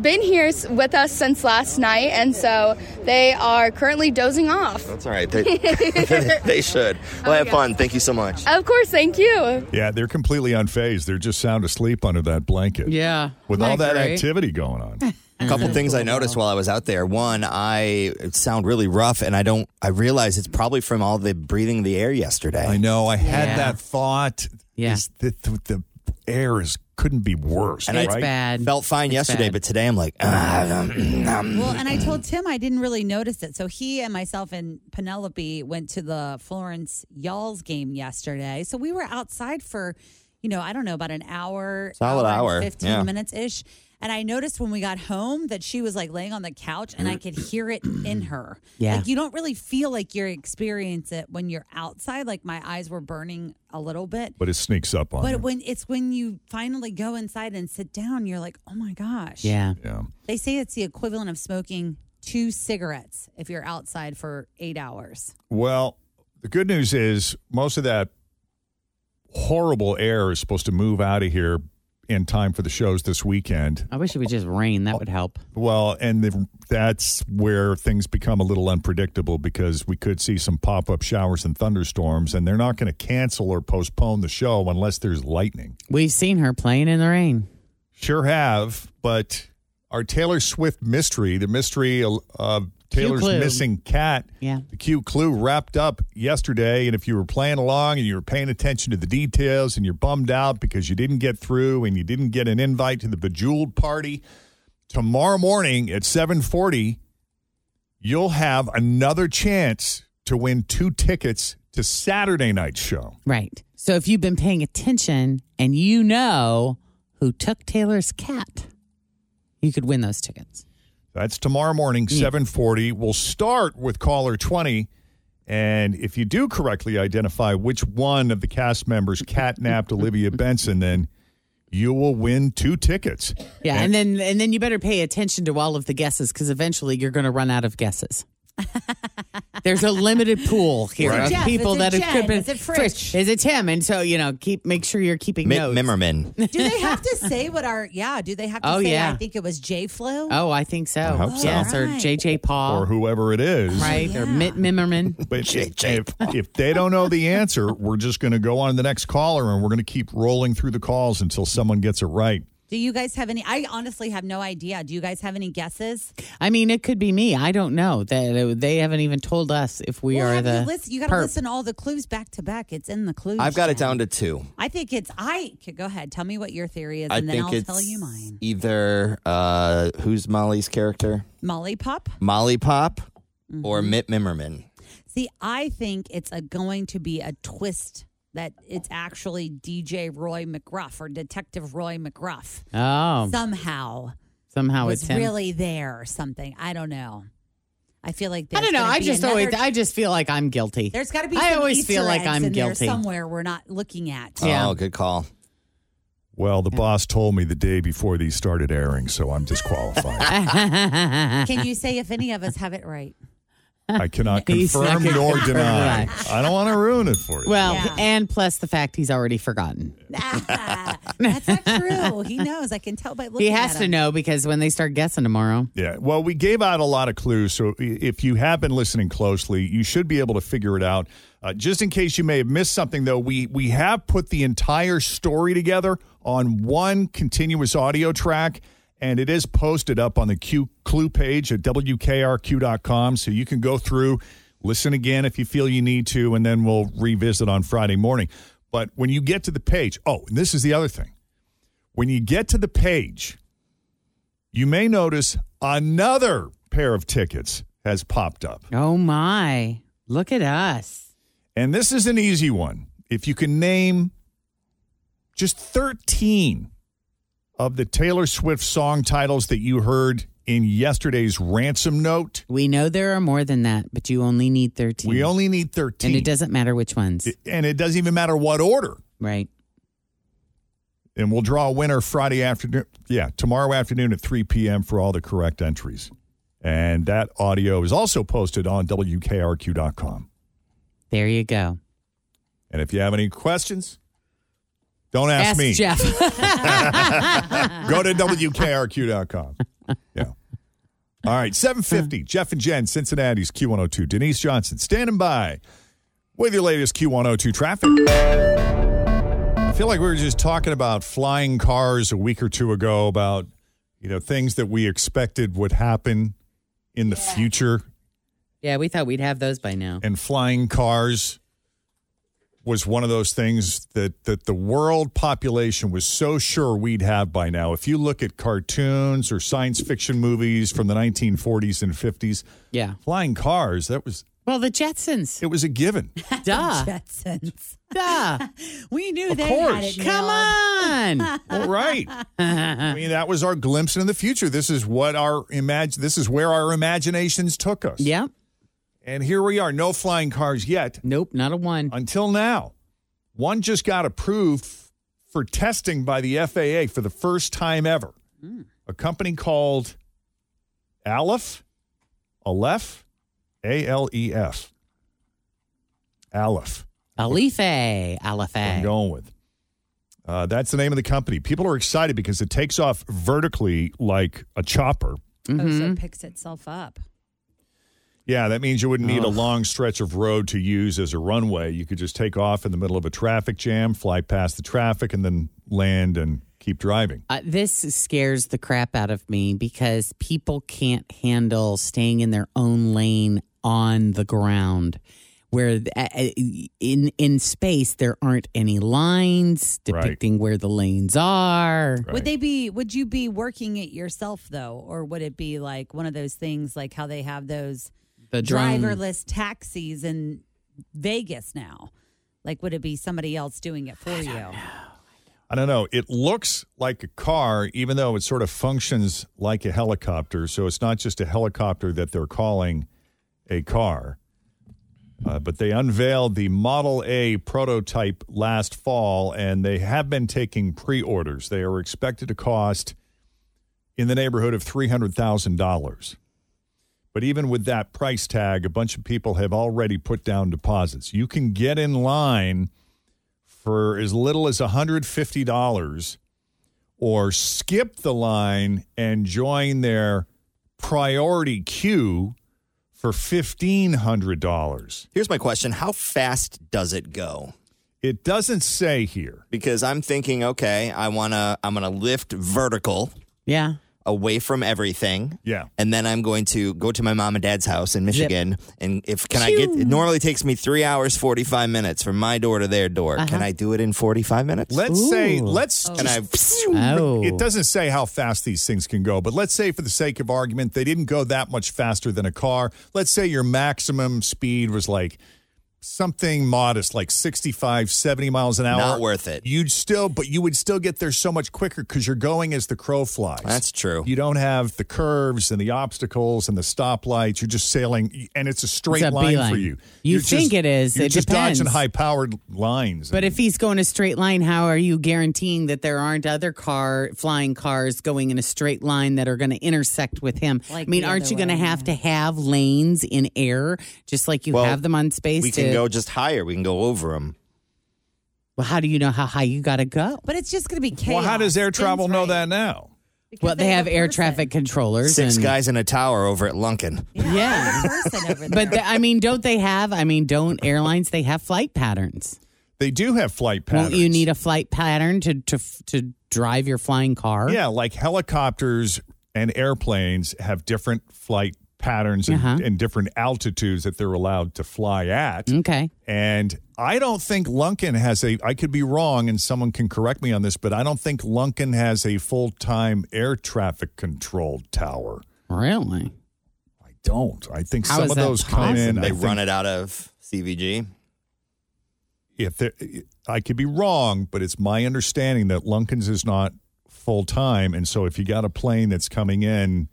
been here s- with us since last night, and so they are currently dozing off.
That's all right. They, they should. Well, have fun. Thank you so much.
Of course, thank you.
Yeah, they're completely unfazed. They're just sound asleep under that blanket.
Yeah.
With
Isn't
all
that
that
great?
activity going on.
A couple things I noticed while I was out there. One, I sound really rough, and I don't. I realize it's probably from all the breathing the air yesterday.
I know. I had
Yeah.
that thought.
Yeah.
Is that The, the, air is couldn't be worse.
And I
right?
felt fine yesterday, but today I'm like, ah, um,
Well, and I told Tim I didn't really notice it. So he and myself and Penelope went to the Florence Y'all's game yesterday. So we were outside for, you know, I don't know, about an hour,
Solid
and
hour,
15
yeah.
minutes ish. And I noticed when we got home that she was like laying on the couch
Mm-hmm.
and I could hear it in her.
Yeah.
Like you don't really feel like you experience it when you're outside. Like my eyes were burning a little bit.
But it sneaks up on
But
you.
when it's when you finally go inside and sit down, you're like, oh my gosh.
Yeah.
Yeah.
They say it's the equivalent of smoking two cigarettes if you're outside for eight hours.
Well, the good news is most of that horrible air is supposed to move out of here in time for the shows this weekend.
I wish it would just rain. That would help.
Well, and the, that's where things become a little unpredictable because we could see some pop up showers and thunderstorms, and they're not going to cancel or postpone the show unless there's lightning.
We've seen her playing in the rain.
Sure have, but our Taylor Swift mystery, the mystery of Taylor's
clue.
missing cat,
Yeah.
the Q clue wrapped up yesterday. And if you were playing along and you were paying attention to the details and you're bummed out because you didn't get through and you didn't get an invite to the Bejeweled party, tomorrow morning at 740, you'll have another chance to win two tickets to Saturday night's show.
Right. So if you've been paying attention and you know who took Taylor's cat, you could win those tickets.
That's tomorrow morning,
Hmm.
Yeah.
740. We'll start with caller 20. And if you do correctly identify which one of the cast members catnapped Olivia Benson, then you will win two tickets.
Yeah, and then and then you better pay attention to all of the guesses because eventually you're going to run out of guesses. There's a limited pool here
Right.
of
Jeff,
people
is it
that have
Jen?
could been.
Is it
Fritz? Is it Tim? And so you know, keep make sure you're keeping
Mi-
notes.
Memmerman.
Do they have to say what our, yeah, do they have to
Oh,
say,
yeah.
I think it was J Flo?
Oh, I think so.
I hope so.
Yes, or
Right.
JJ Paul,
Or whoever it is.
right? Or Mitt Mimmerman.
But if, if they don't know the answer, we're just going to go on to the next caller and we're going to keep rolling through the calls until someone gets it right.
Do you guys have any? I honestly have no idea. Do you guys have any guesses?
I mean, it could be me. I don't know that uh, they haven't even told us if we
Well,
are
have
the.
you, list, you got to
perp.
listen all the clues back to back. It's in the clues.
I've got it
Jen.
down to two.
I think it's I. okay, Go ahead. Tell me what your theory is,
I
and then
think
I'll
it's
tell you mine.
either uh, who's Molly's character,
Molly Pop.
Molly Pop, or Mitt Mimmerman.
See, I think it's a, going to be a twist that it's actually DJ Roy McGruff or Detective Roy McGruff.
Oh,
Somehow
somehow
was
it's him.
really there or something. I don't know. I feel like
I
there's
don't know.
gonna
I
be
just
another-
always, I just feel like I'm guilty.
there's got to be.
I
some
always
Easter
feel like
eggs
I'm
in there
guilty.
somewhere we're not looking at.
Yeah.
Oh, good call.
Well, the boss told me the day before these started airing, so I'm disqualified. Oh.
Can you say if any of us have it right?
I cannot
He's not
confirm
gonna
nor
confirm
deny.
that.
I don't want to ruin it for you.
Well,
Yeah.
and plus the fact he's already forgotten.
That's not true. He knows. I can tell by looking.
He has
at
to
him.
know because when they start guessing tomorrow,
Yeah. Well, we gave out a lot of clues. So i- if you have been listening closely, you should be able to figure it out. Uh, just in case you may have missed something, though, we, we have put the entire story together on one continuous audio track, and it is posted up on the Q Clue page at WKRQ.com. So you can go through, listen again if you feel you need to, and then we'll revisit on Friday morning. But when you get to the page, oh, and this is the other thing. When you get to the page, you may notice another pair of tickets has popped up.
oh my, look at us.
And this is an easy one. If you can name just 13 of the Taylor Swift song titles that you heard in yesterday's ransom note,
We know there are more than that, but you only need 13.
we only need 13.
and it doesn't matter which ones,
It- and it doesn't even matter what order.
right?
And we'll draw a winner Friday afternoon. Yeah, tomorrow afternoon at 3 p.m. for all the correct entries. And that audio is also posted on WKRQ.com.
There you go.
And if you have any questions, don't ask, me.
Jeff.
Go to WKRQ.com. Yeah. All right, 750, Jeff and Jen, Cincinnati's Q102. Denise Johnson standing by with your latest Q102 traffic. I feel like we were just talking about flying cars a week or two ago about, you know, things that we expected would happen in the future
yeah, we thought we'd have those by now.
and flying cars was one of those things that that the world population was so sure we'd have by now. If you look at cartoons or science fiction movies from the 1940s and 50s,
Yeah.
flying cars that was
Well, the Jetsons.
it was a given.
Duh.
Jetsons.
Duh.
We knew
Of
they had
course.
it.
Come
nailed.
on.
Well, right. I mean, that was our glimpse into the future. This is what our imagine. This is where our imaginations took us.
yep.
And here we are. No flying cars yet.
Nope, not a one.
until now. One just got approved f- for testing by the FAA for the first time ever.
Hmm.
A company called Aleph, Aleph, A L E F, Aleph.
Alife.
I'm
Alife.
going with. Uh, that's the name of the company. People are excited because it takes off vertically like a chopper.
Oh,
Mm-hmm.
so it picks itself up.
Yeah, that means you wouldn't need a
Ugh.
long stretch of road to use as a runway. You could just take off in the middle of a traffic jam, fly past the traffic, and then land and keep driving.
Uh, this scares the crap out of me because people can't handle staying in their own lane on the ground where uh, uh, in in space there aren't any lines depicting where the lanes are.
Would they be? Would you be working it yourself though, or would it be like one of those things, like how they have those
The drone.
driverless taxis in Vegas now? Like, would it be somebody else doing it for you?
I don't know. It looks like a car, even though it sort of functions like a helicopter. So it's not just a helicopter that they're calling a car. Uh, but they unveiled the Model A prototype last fall, and they have been taking pre orders. They are expected to cost in the neighborhood of $300,000. But even with that price tag, a bunch of people have already put down deposits. You can get in line for as little as $150 or skip the line and join their priority queue for $1,500.
Here's my question How fast does it go?
It doesn't say here.
Because I'm thinking, okay, I wanna I'm gonna lift vertical
Yeah.
away from everything.
Yeah.
And then I'm going to go to my mom and dad's house in Michigan. And if can I get
Phew.
it normally takes me three hours forty five minutes from my door to their door. Can I do it in forty five minutes?
Let's say, let's.
Can I
just-
Oh.
It doesn't say how fast these things can go, but let's say, for the sake of argument, they didn't go that much faster than a car. Let's say your maximum speed was like something modest, like 65, 70 miles an hour.
Not worth it.
You'd still, but you would still get there so much quicker because you're going as the crow flies.
That's true.
You don't have the curves and the obstacles and the stoplights. You're just sailing, and it's a straight
a
line for
beeline.
you.
You
You're
think
just-
it is.
You're
It
just dodging
depends.
high powered lines.
But if he's going a straight line, how are you guaranteeing that there aren't other car flying cars going in a straight line that are going to intersect with him? I mean,
the
aren't
other
you going to have to have lanes in air just like you
Well,
have them on space?
we
to,
can go just higher. We can go over them.
Well, how do you know how high you got to go?
But it's just going to be chaos.
well, how does air travel know that now?
well, they, have air traffic controllers.
Six
and,
guys in a tower over at Lunkin.
Yeah. but the, I mean, don't they have? I mean, don't airlines? They have flight patterns.
They do have flight patterns.
Won't you need a flight pattern to to to drive your flying car?
Yeah, like helicopters and airplanes have different flight patterns and,
Uh-huh.
and different altitudes that they're allowed to fly at.
Okay.
And I don't think Lunkin has a, I could be wrong and someone can correct me on this, but I don't think Lunkin has a full time air traffic control tower.
Really?
I don't. I think
How
some
is
of
that
those come in.
They
I
run
think
it out of CVG.
If they're- I could be wrong, but it's my understanding that Lunkin's is not full time. And so if you got a plane that's coming in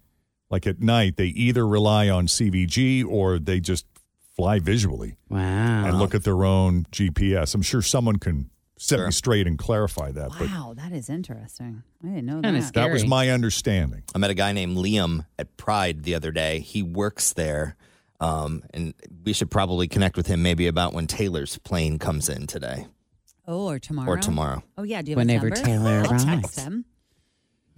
like at night, they either rely on CVG or they just fly visually
Wow.
and look at their own GPS. I'm sure someone can set me straight and clarify that. But
Wow, oh, that is interesting. I didn't know
Kinda
that.
scary.
that was my understanding.
I met a guy named Liam at Pride the other day. He works there. Um, and we should probably connect with him maybe about when Taylor's plane comes in today
Oh, or tomorrow.
or tomorrow.
Oh yeah, do you have
Whenever
his number?
Taylor
I'll
arrives.
text him.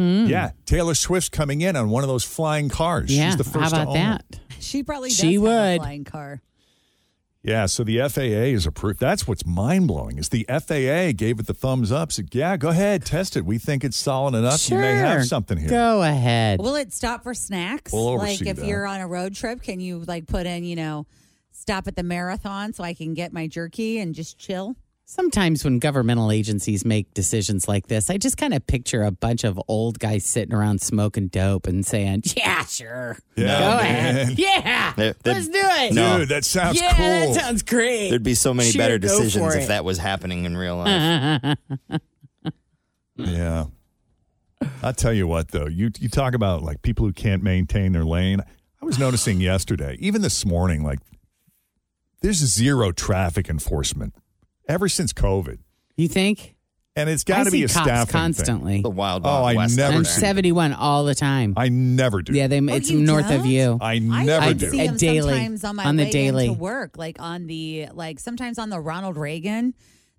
Hmm.
Yeah, Taylor Swift's coming in on one of those flying cars.
Yeah.
She's the
how
first to own
about
it.
that?
She probably does
She
have a
would.
flying car.
Yeah, so the FAA is approved. That's what's mind blowing is the FAA gave it the thumbs up. Said, "Yeah, go ahead, test it. We think it's solid enough. You may have
Sure.
something here."
Go ahead.
Will it stop for snacks?
We'll
like
oversee
if
that.
you're on a road trip, can you like put in, you know, stop at the marathon so I can get my jerky and just chill?
Sometimes when governmental agencies make decisions like this, I just kind of picture a bunch of old guys sitting around smoking dope and saying, "Yeah, sure,
Yeah,
go
man.
ahead, yeah,
There- there-
let's do it."
No.
Dude, that sounds
yeah,
cool.
that sounds great.
There'd be so many
Sure,
better
go
decisions
for
if
it.
that was happening in real life.
Uh-huh.
yeah. I'll tell you what though. You you talk about like people who can't maintain their lane. I was noticing yesterday, even this morning, like there's zero traffic enforcement ever since COVID.
you think?
And it's
I
got to
see
be a
cops
staffing thing.
constantly.
the wild,
Oh,
wild
I
west.
never
I'm
do.
there.
71 all the time.
I never do.
yeah, they, it's
you
north of
don't?
you.
I never
I
I
do.
see
a
them
daily,
sometimes on my
on the
way
daily.
into work, like on the like sometimes on the Ronald Reagan,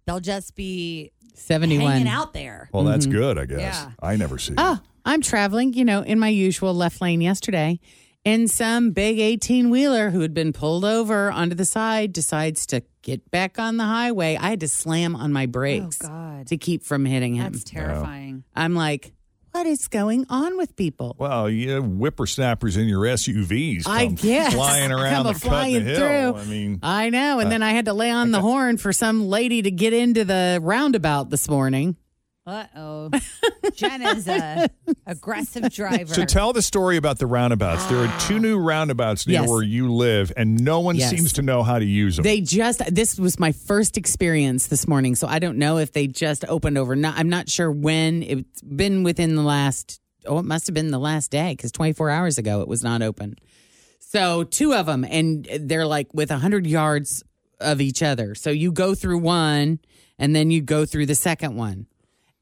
they'll just be
71.
hanging out there.
Well, that's
Mhm.
good, I guess. I never see.
Oh, I'm traveling, you know, in my usual left lane yesterday. And some big 18 wheeler who had been pulled over onto the side decides to get back on the highway. I had to slam on my brakes to keep from hitting him. Oh, That's
terrifying.
I'm like, what is going on with people?
Well, you have whippersnappers in your SUVs come
Oh. I guess
flying around
Come
the
a flying
cut in the hill.
through.
I mean,
I know. And
I-
then I had to lay on the horn for some lady to get into the roundabout this morning.
Uh oh. Jen is uh, a aggressive driver.
So tell the story about the roundabouts. There are two new roundabouts near
Ah. Yes.
where you live, and no one
Yes.
seems to know how to use them.
They just this was my first experience this morning, so I don't know if they just opened over. Not, I'm not sure when. It's been within the last. Oh, it must have been the last day because 24 hours ago it was not open. So two of them, and they're like with 100 yards of each other. So you go through one, and then you go through the second one.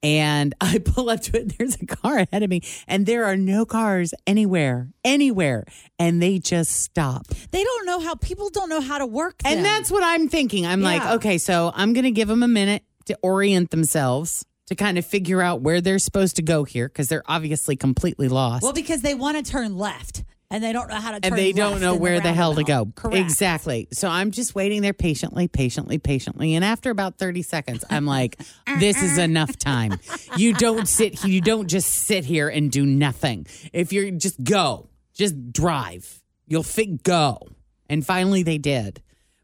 And I pull up to it. There's a car ahead of me, and there are no cars anywhere, anywhere. And they just stop.
They don't know how people don't know how to work.
And
them.
that's what I'm thinking. I'm like,
Yeah.
okay, so I'm going to give them a minute to orient themselves to kind of figure out where they're supposed to go here because they're obviously completely lost.
well because they want to turn left and they don't know how to. turn
and they
left
don't know
in
where the, hell to go.
roundabout. Correct.
Exactly. So I'm just waiting there patiently, patiently, patiently. And after about 30 seconds, I'm like, this is enough time. You don't sit you don't just sit here and do nothing. If you're just go, just drive. You'll fit go. And finally they did.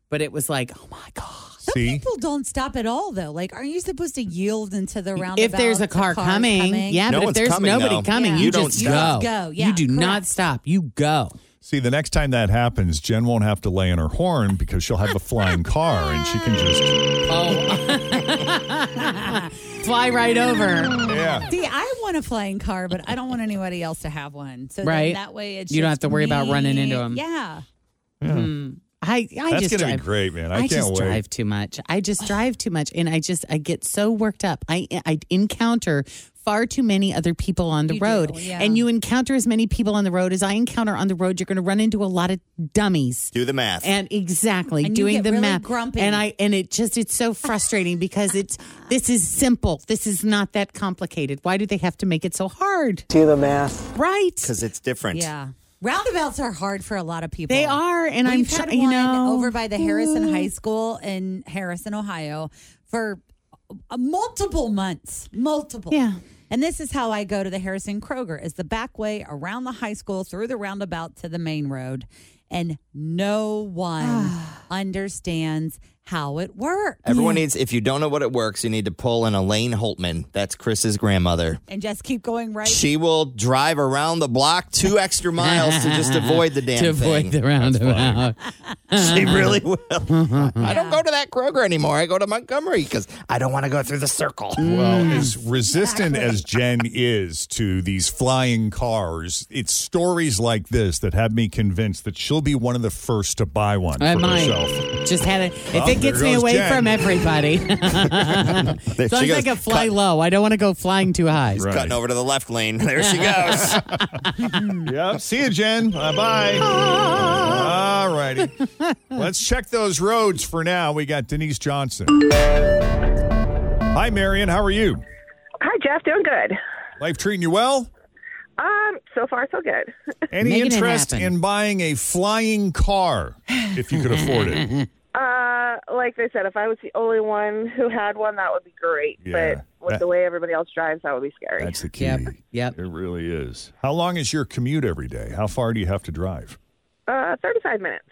But it was like, oh my
See?
People don't stop at all though. Like, aren't you supposed to yield into the roundabout?
if there's a
the
car
car's
coming, yeah,
No
but if
one's
there's
coming,
nobody
though.
coming,
Yeah.
you,
You
just
don't stop.
go.
Go, yeah,
you do not
correct.
stop. You go.
See, the next time that happens, Jen won't have to lay in her horn because she'll have a flying car and she can just.
Oh, Fly right over.
Yeah.
See, I want a flying car, but I don't want anybody else to have one. So then
Right.
that way, it's
You don't have to worry about running into 'em.
Yeah,
Mm. I, I
That's
just
gonna be
drive-
great, man. I can't
just
wait.
drive too much. I just drive too much, and I just I get so worked up. I I encounter far too many other people on the
You do,
road,
yeah.
and you encounter as many people on the road as I encounter on the road. You're going to run into a lot of dummies.
Do the math.
And exactly
And you
doing
get
the
really
math.
grumpy.
And I and it just it's so frustrating because it's this is simple. This is not that complicated. Why do they have to make it so hard?
Do the math.
Right.
Because it's different.
yeah. Roundabouts are hard for a lot of people.
They are, and I'm
We've had
try- you
one
know Mm.
over by the Harrison High School in Harrison, Ohio, for uh, multiple months, multiple.
Yeah.
And this is how I go to the Harrison Kroger: is the back way around the high school through the roundabout to the main road, and no one understands how it works.
Everyone needs, if you don't know what it works, you need to pull in Elaine Holtman. That's Chris's grandmother.
and just keep going right.
She will drive around the block two extra miles to just avoid the damn
to
thing.
avoid the roundabout.
she really will. Uh-huh.
Mm-hmm.
I don't go to that Kroger anymore. I go to Montgomery because I don't want to go through the circle.
Well,
Mm.
as resistant as Jen is to these flying cars, it's stories like this that have me convinced that she'll be one of the first to buy one
I
for
might.
herself.
Just had it. If
Well,
it gets
there
me
goes
away
Jen.
from everybody, so I'm
There she
like
goes.
a fly low. I don't want to go flying too high.
Cutting over to the left lane. There she goes.
Yep. See you, Jen. Bye bye. All righty. Let's check those roads for now. We got Denise Johnson. Hi, Marion. How are you?
Hi, Jeff. Doing good.
Life treating you well?
Um, so far so good.
Any
Making it
interest
happen.
in buying a flying car if you could afford it?
Uh, like they said, if I was the only one who had one, that would be great.
Yeah.
But with
That-
the way everybody else drives, that would be scary.
That's the key.
Yep.
It really is. How long is your commute every day? How far do you have to drive?
Uh, thirty-five minutes.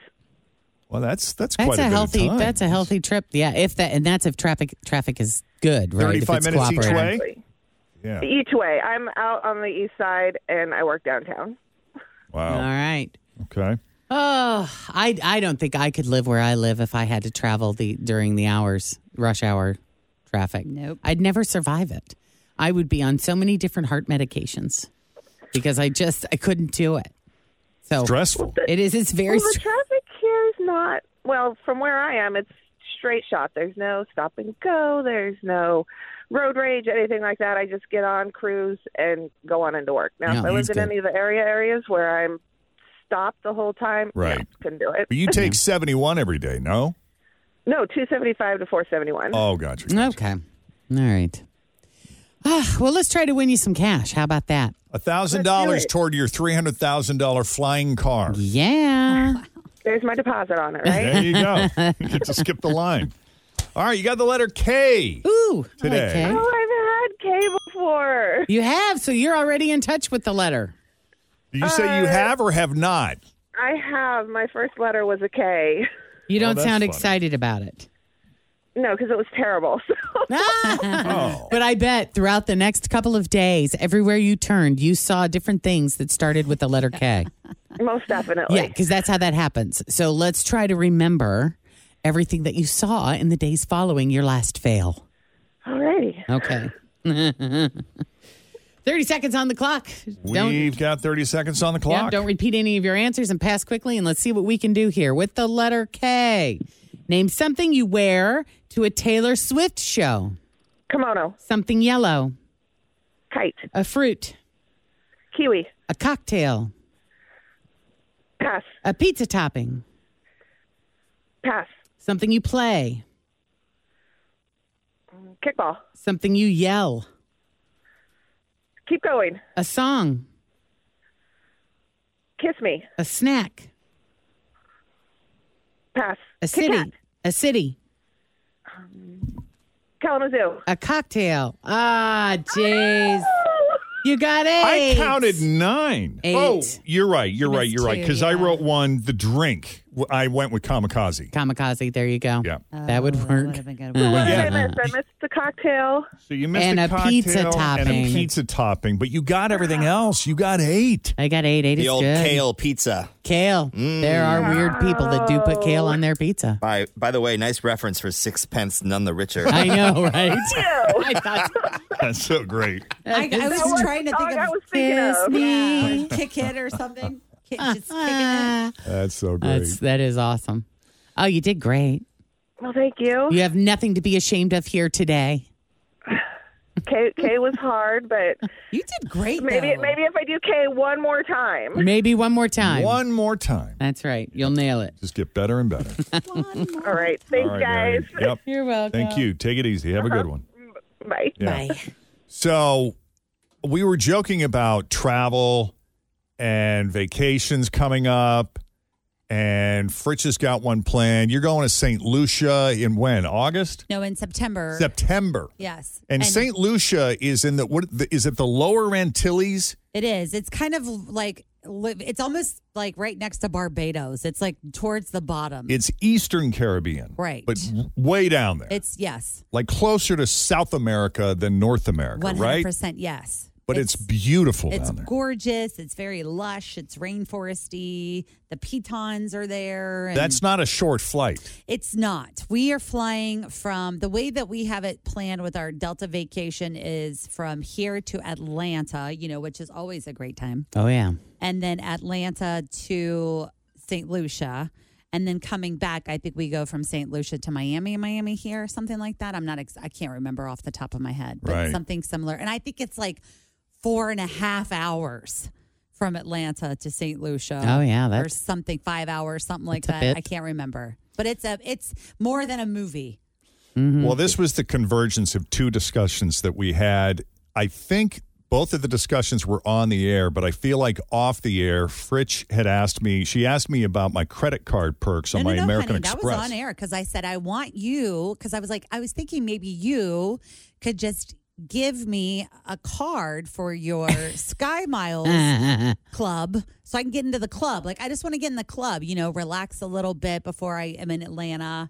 Well, that's that's,
That's
quite
a
bit of
healthy.
time.
That's a healthy trip. Yeah. If that and that's if traffic traffic is good. Right. If
35
it's
minutes each
cooperating.
way? Yeah.
Each way, I'm out on the east side and I work downtown.
All
Wow.
right.
Okay.
Oh, I I don't think I could live where I live if I had to travel the during the hours rush hour traffic. Nope, I'd never survive it. I would be on so many different heart medications because I just I couldn't do it. So
stressful.
It is. It's very.
well, the
str-
traffic here is not well. From where I am, it's straight shot. There's no stop and go. There's no road rage, anything like that. I just get on, cruise, and go on into work. Now,
Yeah,
if I
that's
lived in
good.
any of the area areas where I'm stopped the whole time, no,
Right.
couldn't do it.
But you take 71 every day, no?
no two seventy five to four seventy one.
Oh, gotcha.
Okay. All right. Ah, well, let's try to win you some cash. How about that?
thousand dollars toward your three hundred thousand dollar flying car.
Yeah.
There's my deposit on it, right?
There you go. you get to skip the line. All right, you got the letter K.
Ooh,
today.
Oh, I've had K before.
You have, so you're already in touch with the letter.
Do you say you have or have not?
I have. My first letter was a K.
You
Oh,
don't
that's
sound
funny.
excited about it.
No, because it was terrible.
But I bet throughout the next couple of days, everywhere you turned, you saw different things that started with the letter K.
Most definitely.
yeah, because that's how that happens. So let's try to remember everything that you saw in the days following your last fail.
Alrighty.
Okay. 30 seconds on the clock.
We've got thirty seconds on the clock.
Yeah, don't repeat any of your answers and pass quickly. And let's see what we can do here with the letter K. Name something you wear to a Taylor Swift show.
Kimono.
Something yellow.
Kite.
A fruit.
Kiwi.
A cocktail.
Pass.
A pizza topping.
Pass.
Something you play.
Kickball.
Something you yell.
Keep going.
A song.
Kiss me.
A snack.
Pass.
A
Kit Kat.
city. A city.
Kalamazoo.
A cocktail. Ah, jeez. You got
I
it.
counted nine. Oh,
Eight.
you're right. You're
You
right.
missed
You're right.
two,
Because I wrote one, the drink. W- I went with kamikaze.
Kamikaze. There you go.
Yeah.
that
Oh,
would work.
Well,
What did I
yeah.
miss? I missed the cocktail.
So you missed
Mm-hmm. And
a,
a pizza
cocktail And a
topping.
pizza topping, but you got everything else. You got eight.
I got eight. Eight
The
is
old
good.
kale pizza.
Kale.
Mm.
There are weird people that do put kale on their pizza.
By by the way, nice reference for sixpence, none the richer.
I know, right?
I
thought
That's so great.
I, I was
That was
trying to
the
think
song
of
I was thinking of.
Yeah, kick it or something. Kick, just kicking it.
That's so great.
That's that is awesome. Oh, you did great.
Well, thank you.
You have nothing to be ashamed of here today.
K, K was hard, but
You did great.
maybe
though.
maybe if I do K one more time.
Maybe one more time.
One more time.
That's right. You'll nail it.
Just get better and better.
All right. Thanks,
All right,
guys.
Mary. Yep.
You're welcome.
Thank you. Take it easy. Have a good one.
Bye.
Yeah. Bye. So we were joking about travel and vacations coming up, and Fritz has got one planned. You're going to St. Lucia in when? August?
No, in September.
September.
yes.
And, St. Lucia is in the what the, is it the Lower Antilles?
It is. It's kind of like li- it's almost like right next to Barbados. It's like towards the bottom.
It's Eastern Caribbean,
Right.
But w- way down there,
It's yes,
like closer to South America than North America,
one hundred
right?
percent yes.
But it's, beautiful
It's
down there.
gorgeous. It's very lush. It's rainforesty. The pitons are there. and-
That's not a short flight.
It's not. We are flying from the way that we have it planned with our Delta vacation is from here to Atlanta, you know, which is always a great time.
Oh yeah.
And then Atlanta to St. Lucia. And then coming back, I think we go from St. Lucia to Miami, Miami here, something like that. I'm not, ex- I can't remember off the top of my head, but
Right.
something similar. And I think it's like four and a half hours from Atlanta to St. Lucia.
Oh, yeah,
or
that's-
something, five hours, something like
that's
that.
a
I
bit.
can't remember, but it's a, it's more than a movie. Mm-hmm.
Well, this was the convergence of two discussions that we had. I think both of the discussions were on the air, but I feel like off the air, Fritch had asked me, she asked me about my credit card perks on
no,
my
no, no,
American
honey,
Express.
That was on air because I said I want you because I was like I was thinking maybe you could just give me a card for your Sky Miles club so I can get into the club. Like I just want to get in the club, you know, relax a little bit before I am in Atlanta.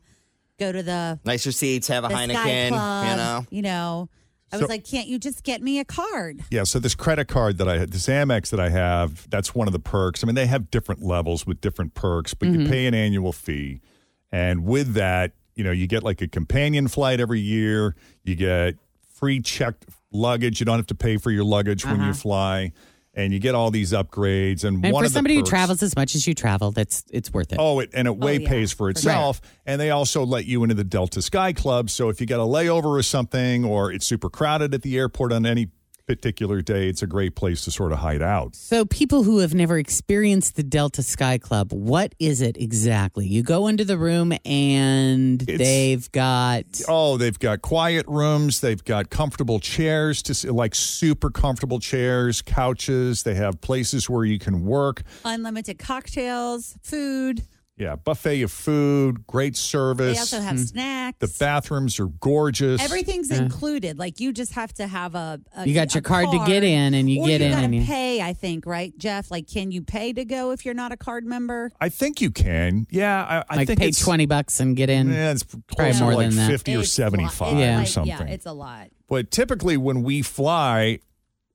Go to the,
Nicer seats, have a
the Sky
Heineken,
Club,
you know.
You know, I
So-
was like, can't you just get me a card?
Yeah, so this credit card that I had, this Amex that I have, that's one of the perks. I mean, they have different levels with different perks, but
Mm-hmm.
you pay an annual fee. And with that, you know, you get like a companion flight every year, you get free checked luggage. You don't have to pay for your luggage when you fly, and you get all these upgrades. And,
Uh-huh. And
one
for
of the
somebody who
perks-
travels as much as you travel, that's it's worth it.
Oh, it, and it way
yeah,
pays for
for sure.
itself. And they also let you into the Delta Sky Club. So if you got a layover or something, or it's super crowded at the airport on any particular day, it's a great place to sort of hide out.
So, people who have never experienced the Delta Sky Club, what is it exactly? You go into the room and they've got
Oh, they've got quiet rooms. They've got comfortable chairs, to s- like super comfortable chairs, couches. They have places where you can work.
Unlimited cocktails, food.
Yeah, buffet of food, great service.
They also have snacks.
The bathrooms are gorgeous.
Everything's included. Like you just have to have a. a
You got
a
your card to get in and you
Or
get
you
in
gotta
and you-
pay. I think right, Jeff. Like, can you pay to go if you're not a card member?
I think you can. Yeah, I, I
like
think
pay
it's,
20 bucks and get in.
Yeah, it's
probably
closer
more
to like
than that.
50 or
It's a lot.
75 or
Yeah. Like, yeah,
something.
it's a lot.
But typically, when we fly,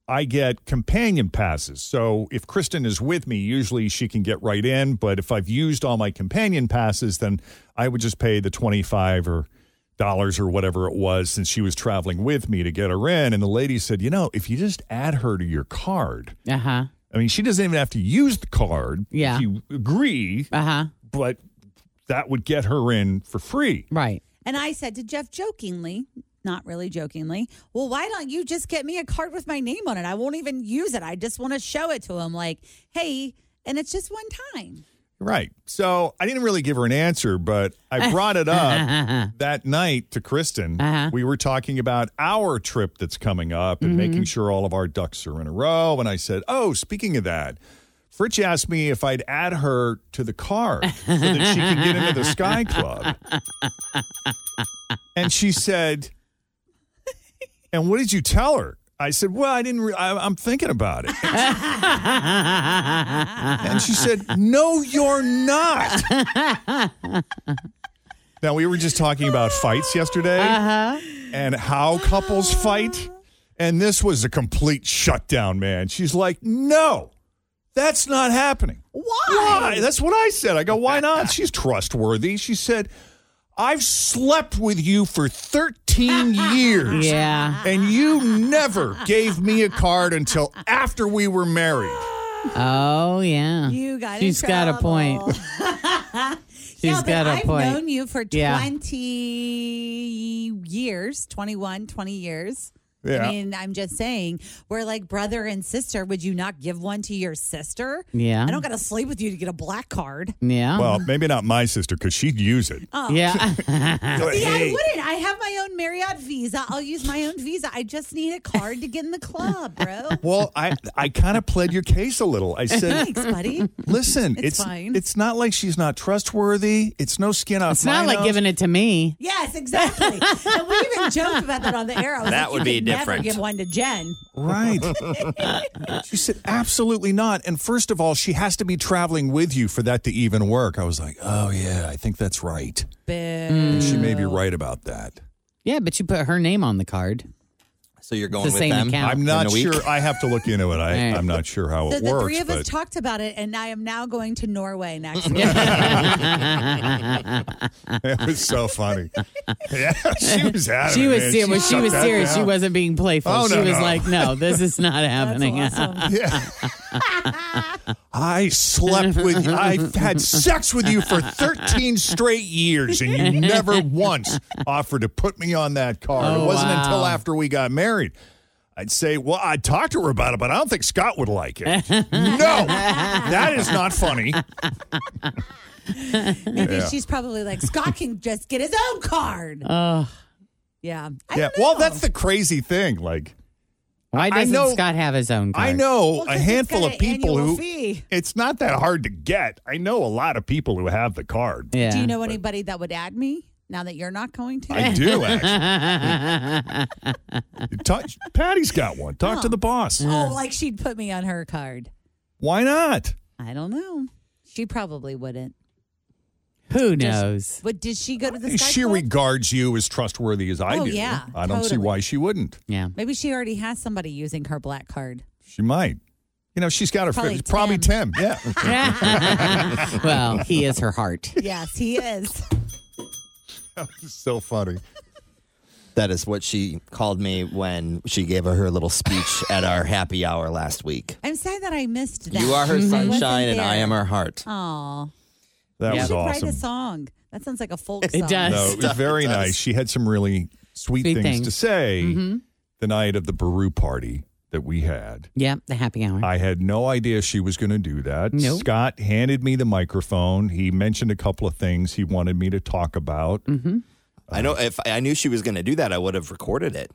I get companion passes. So if Kristen is with me, usually she can get right in. But if I've used all my companion passes, then I would just pay the twenty-five or dollars or whatever it was, since she was traveling with me to get her in. And the lady said, "You know, if you just add her to your card,
Uh huh.
I mean, she doesn't even have to use the card.
Yeah.
if you agree.
Uh huh.
But that would get her in for free,
right?"
And I said to Jeff jokingly, not really jokingly, well, why don't you just get me a card with my name on it? I won't even use it. I just want to show it to him. Like, hey, and it's just one time.
Right. So I didn't really give her an answer, but I brought it up that night to Kristen.
Uh-huh.
We were talking about our trip that's coming up and
Mhm.
making sure all of our ducks are in a row. And I said, Oh, speaking of that, Fritch asked me if I'd add her to the car so that she can get into the Sky Club. And she said, And what did you tell her? I said, Well, I didn't, re- I, I'm thinking about it. And she said, No, you're not. now, we were just talking about fights yesterday and how couples fight. And this was a complete shutdown, man. She's like, No, that's not happening. Why? That's what I said. I go, Why not? She's trustworthy. She said, I've slept with you for 13 years.
Yeah.
And you never gave me a card until after we were married.
Oh yeah.
You got in
She's got a point. She's
yeah, but
got a
I've
point.
known you for
Yeah.
20 years, 21, 20 years.
Yeah.
I mean, I'm just saying, we're like brother and sister. Would you not give one to your sister?
Yeah.
I don't got to sleep with you to get a black card.
Yeah.
Well, maybe not my sister because she'd use it.
Oh.
Yeah.
See, I wouldn't. I have my own Marriott Visa. I'll use my own Visa. I just need a card to get in the club, bro.
Well, I I kind of pled your case a little. I said,
Thanks, buddy.
Listen,
It's
it's
fine.
it's not like she's not trustworthy. It's no skin off.
It's not
my
like
nose.
giving it to me.
Yes, exactly. and we even joked about that on the air. I was
That
like,
would
you
be
could Never
different.
give one to Jen.
Right. she said, absolutely not. And first of all, she has to be traveling with you for that to even work. I was like, oh yeah, I think that's right. And she may be right about that.
Yeah, but you put her name on the card.
So you're
going the with same them account.
I'm
in
not
a week?
sure. I have to look into it. I, I'm not sure how
So
it
the
works.
three of us
but-
talked about it, and I am now going to Norway next week.
it was so funny. Yeah, she was adamant.
She was
man.
serious. She,
shut
was
that
serious. She
down.
wasn't being playful.
Oh,
she
no,
was
no.
like, "No, this is not happening."
I slept with you. I've had sex with you for 13 straight years, and you never once offered to put me on that card.
Oh,
it wasn't until
wow.
after we got married. I'd say, well, I talked to her about it, but I don't think Scott would like it. no, Oh, that is not funny.
Maybe
Yeah.
she's probably like, Scott can just get his own card. yeah. I
yeah.
don't know.
Well, that's the crazy thing. Like,
Why
I
doesn't
know-
Scott have his own card?
I know
'cause
a
it's
handful
got
of
an
people
annual
who
fee.
it's not that hard to get. I know a lot of people who have the card.
Do you know anybody that would add me now that you're not going to?
I do actually. Talk, Patty's got one. Talk to the boss.
Oh, like she'd put me on her card.
Why not?
I don't know. She probably wouldn't.
Who
Just-
knows?
But did she go to the Sky
She
Club?
regards you as trustworthy as I
Oh,
do.
yeah,
I don't see
totally.
why she wouldn't.
Yeah.
Maybe she already has somebody using her black card.
She might. You know, she's got her
Probably
it's probably Tim. Yeah.
well, he is her heart.
Yes, he is.
so funny.
That is what she called me when she gave her, her little speech at our happy hour last week.
I'm sad that I missed that.
You are her sunshine, and I am her heart.
Aw.
That
you
was
should
awesome.
write a song. That sounds like a folk
It
song.
does. No, it was very nice. She had some really sweet,
Sweet
things, Mm-hmm.
things.
to say
Mhm.
the night of the Baru party. that we had.
Yeah, the happy hour.
I had no idea she was going to do that.
Nope.
Scott handed me the microphone. He mentioned a couple of things he wanted me to talk about.
Mm-hmm.
I know if I knew she was going to do that, I would have recorded it.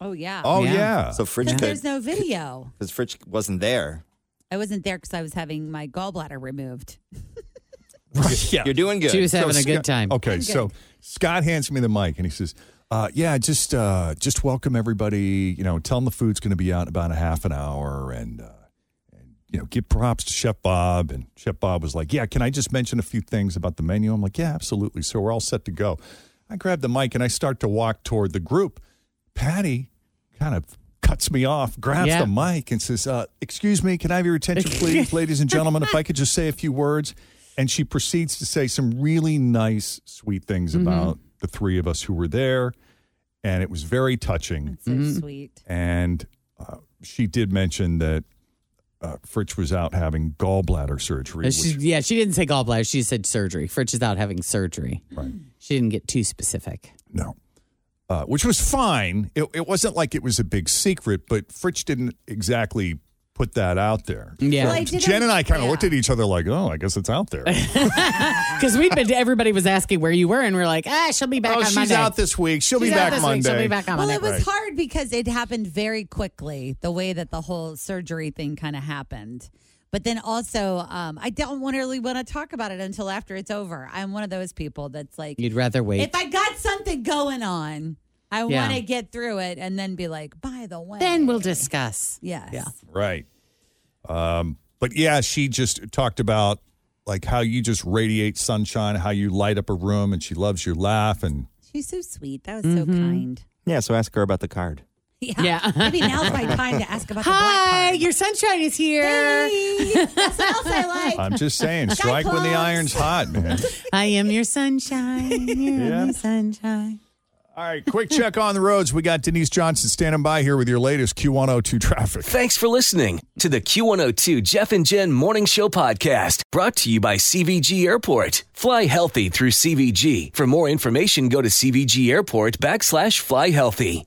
Oh yeah.
Oh, Yeah. yeah.
So Fritch
But
could
there's no video.
because Fritch wasn't there.
I wasn't there because I was having my gallbladder removed.
yeah.
You're doing good.
She was having a good
Scott-
time.
Okay,
I'm
so
good.
Scott hands me the mic and he says, uh, "Yeah, just uh, just welcome everybody. You know, tell them the food's going to be out in about a half an hour, and uh, and you know, give props to Chef Bob." And Chef Bob was like, "Yeah, can I just mention a few things about the menu?" I'm like, "Yeah, absolutely." So we're all set to go. I grab the mic and I start to walk toward the group. Patty kind of cuts me off, grabs
Yeah.
the mic, and says, uh, "Excuse me, can I have your attention, please, ladies and gentlemen? If I could just say a few words." And she proceeds to say some really nice, sweet things
Mm-hmm.
about the three of us who were there, and it was very touching.
So
Mm-hmm.
sweet.
And uh, she did mention that uh, Fritz was out having gallbladder surgery.
Uh, she- yeah, she didn't say gallbladder. She said surgery. Fritch is out having surgery.
Right.
She didn't get too specific.
No. Uh, which was fine. It, it wasn't like it was a big secret, but Fritz didn't exactly put that out there.
Yeah. Well, I didn't-
Jen and I kind of looked at each other like, oh, I guess it's out there.
Because we'd been, everybody was asking where you were, and we're like, ah, she'll be back
oh,
on
she's
Monday.
out this week. She'll
She's
be
out
back
this
Monday.
week. She'll be back on
Well,
Monday.
it was hard because it happened very quickly, the way that the whole surgery thing kind of happened. But then also, um, I don't want to really want to talk about it until after it's over. I'm one of those people that's like,
You'd rather wait.
if I got something going on, I
Yeah.
want to get through it and then be like, by the way.
then we'll discuss.
Yes.
Yeah.
Right. Um, but yeah, she just talked about like how you just radiate sunshine, how you light up a room, and she loves your laugh. And
She's so sweet. That was so
Mm-hmm.
kind.
Mm-hmm. Yeah, so ask her about the card.
Yeah.
Yeah.
Maybe now's my time to ask about
Hi, your sunshine is here.
That's what else I like.
I'm just saying, strike when the iron's hot, man.
I am your sunshine. You're
Yeah.
my sunshine.
All right, quick check on the roads. We got Denise Johnson standing by here with your latest Q102 traffic.
Thanks for listening to the Q102 Jeff and Jen Morning Show podcast brought to you by CVG Airport. Fly healthy through CVG. For more information, go to CVG Airport backslash fly healthy.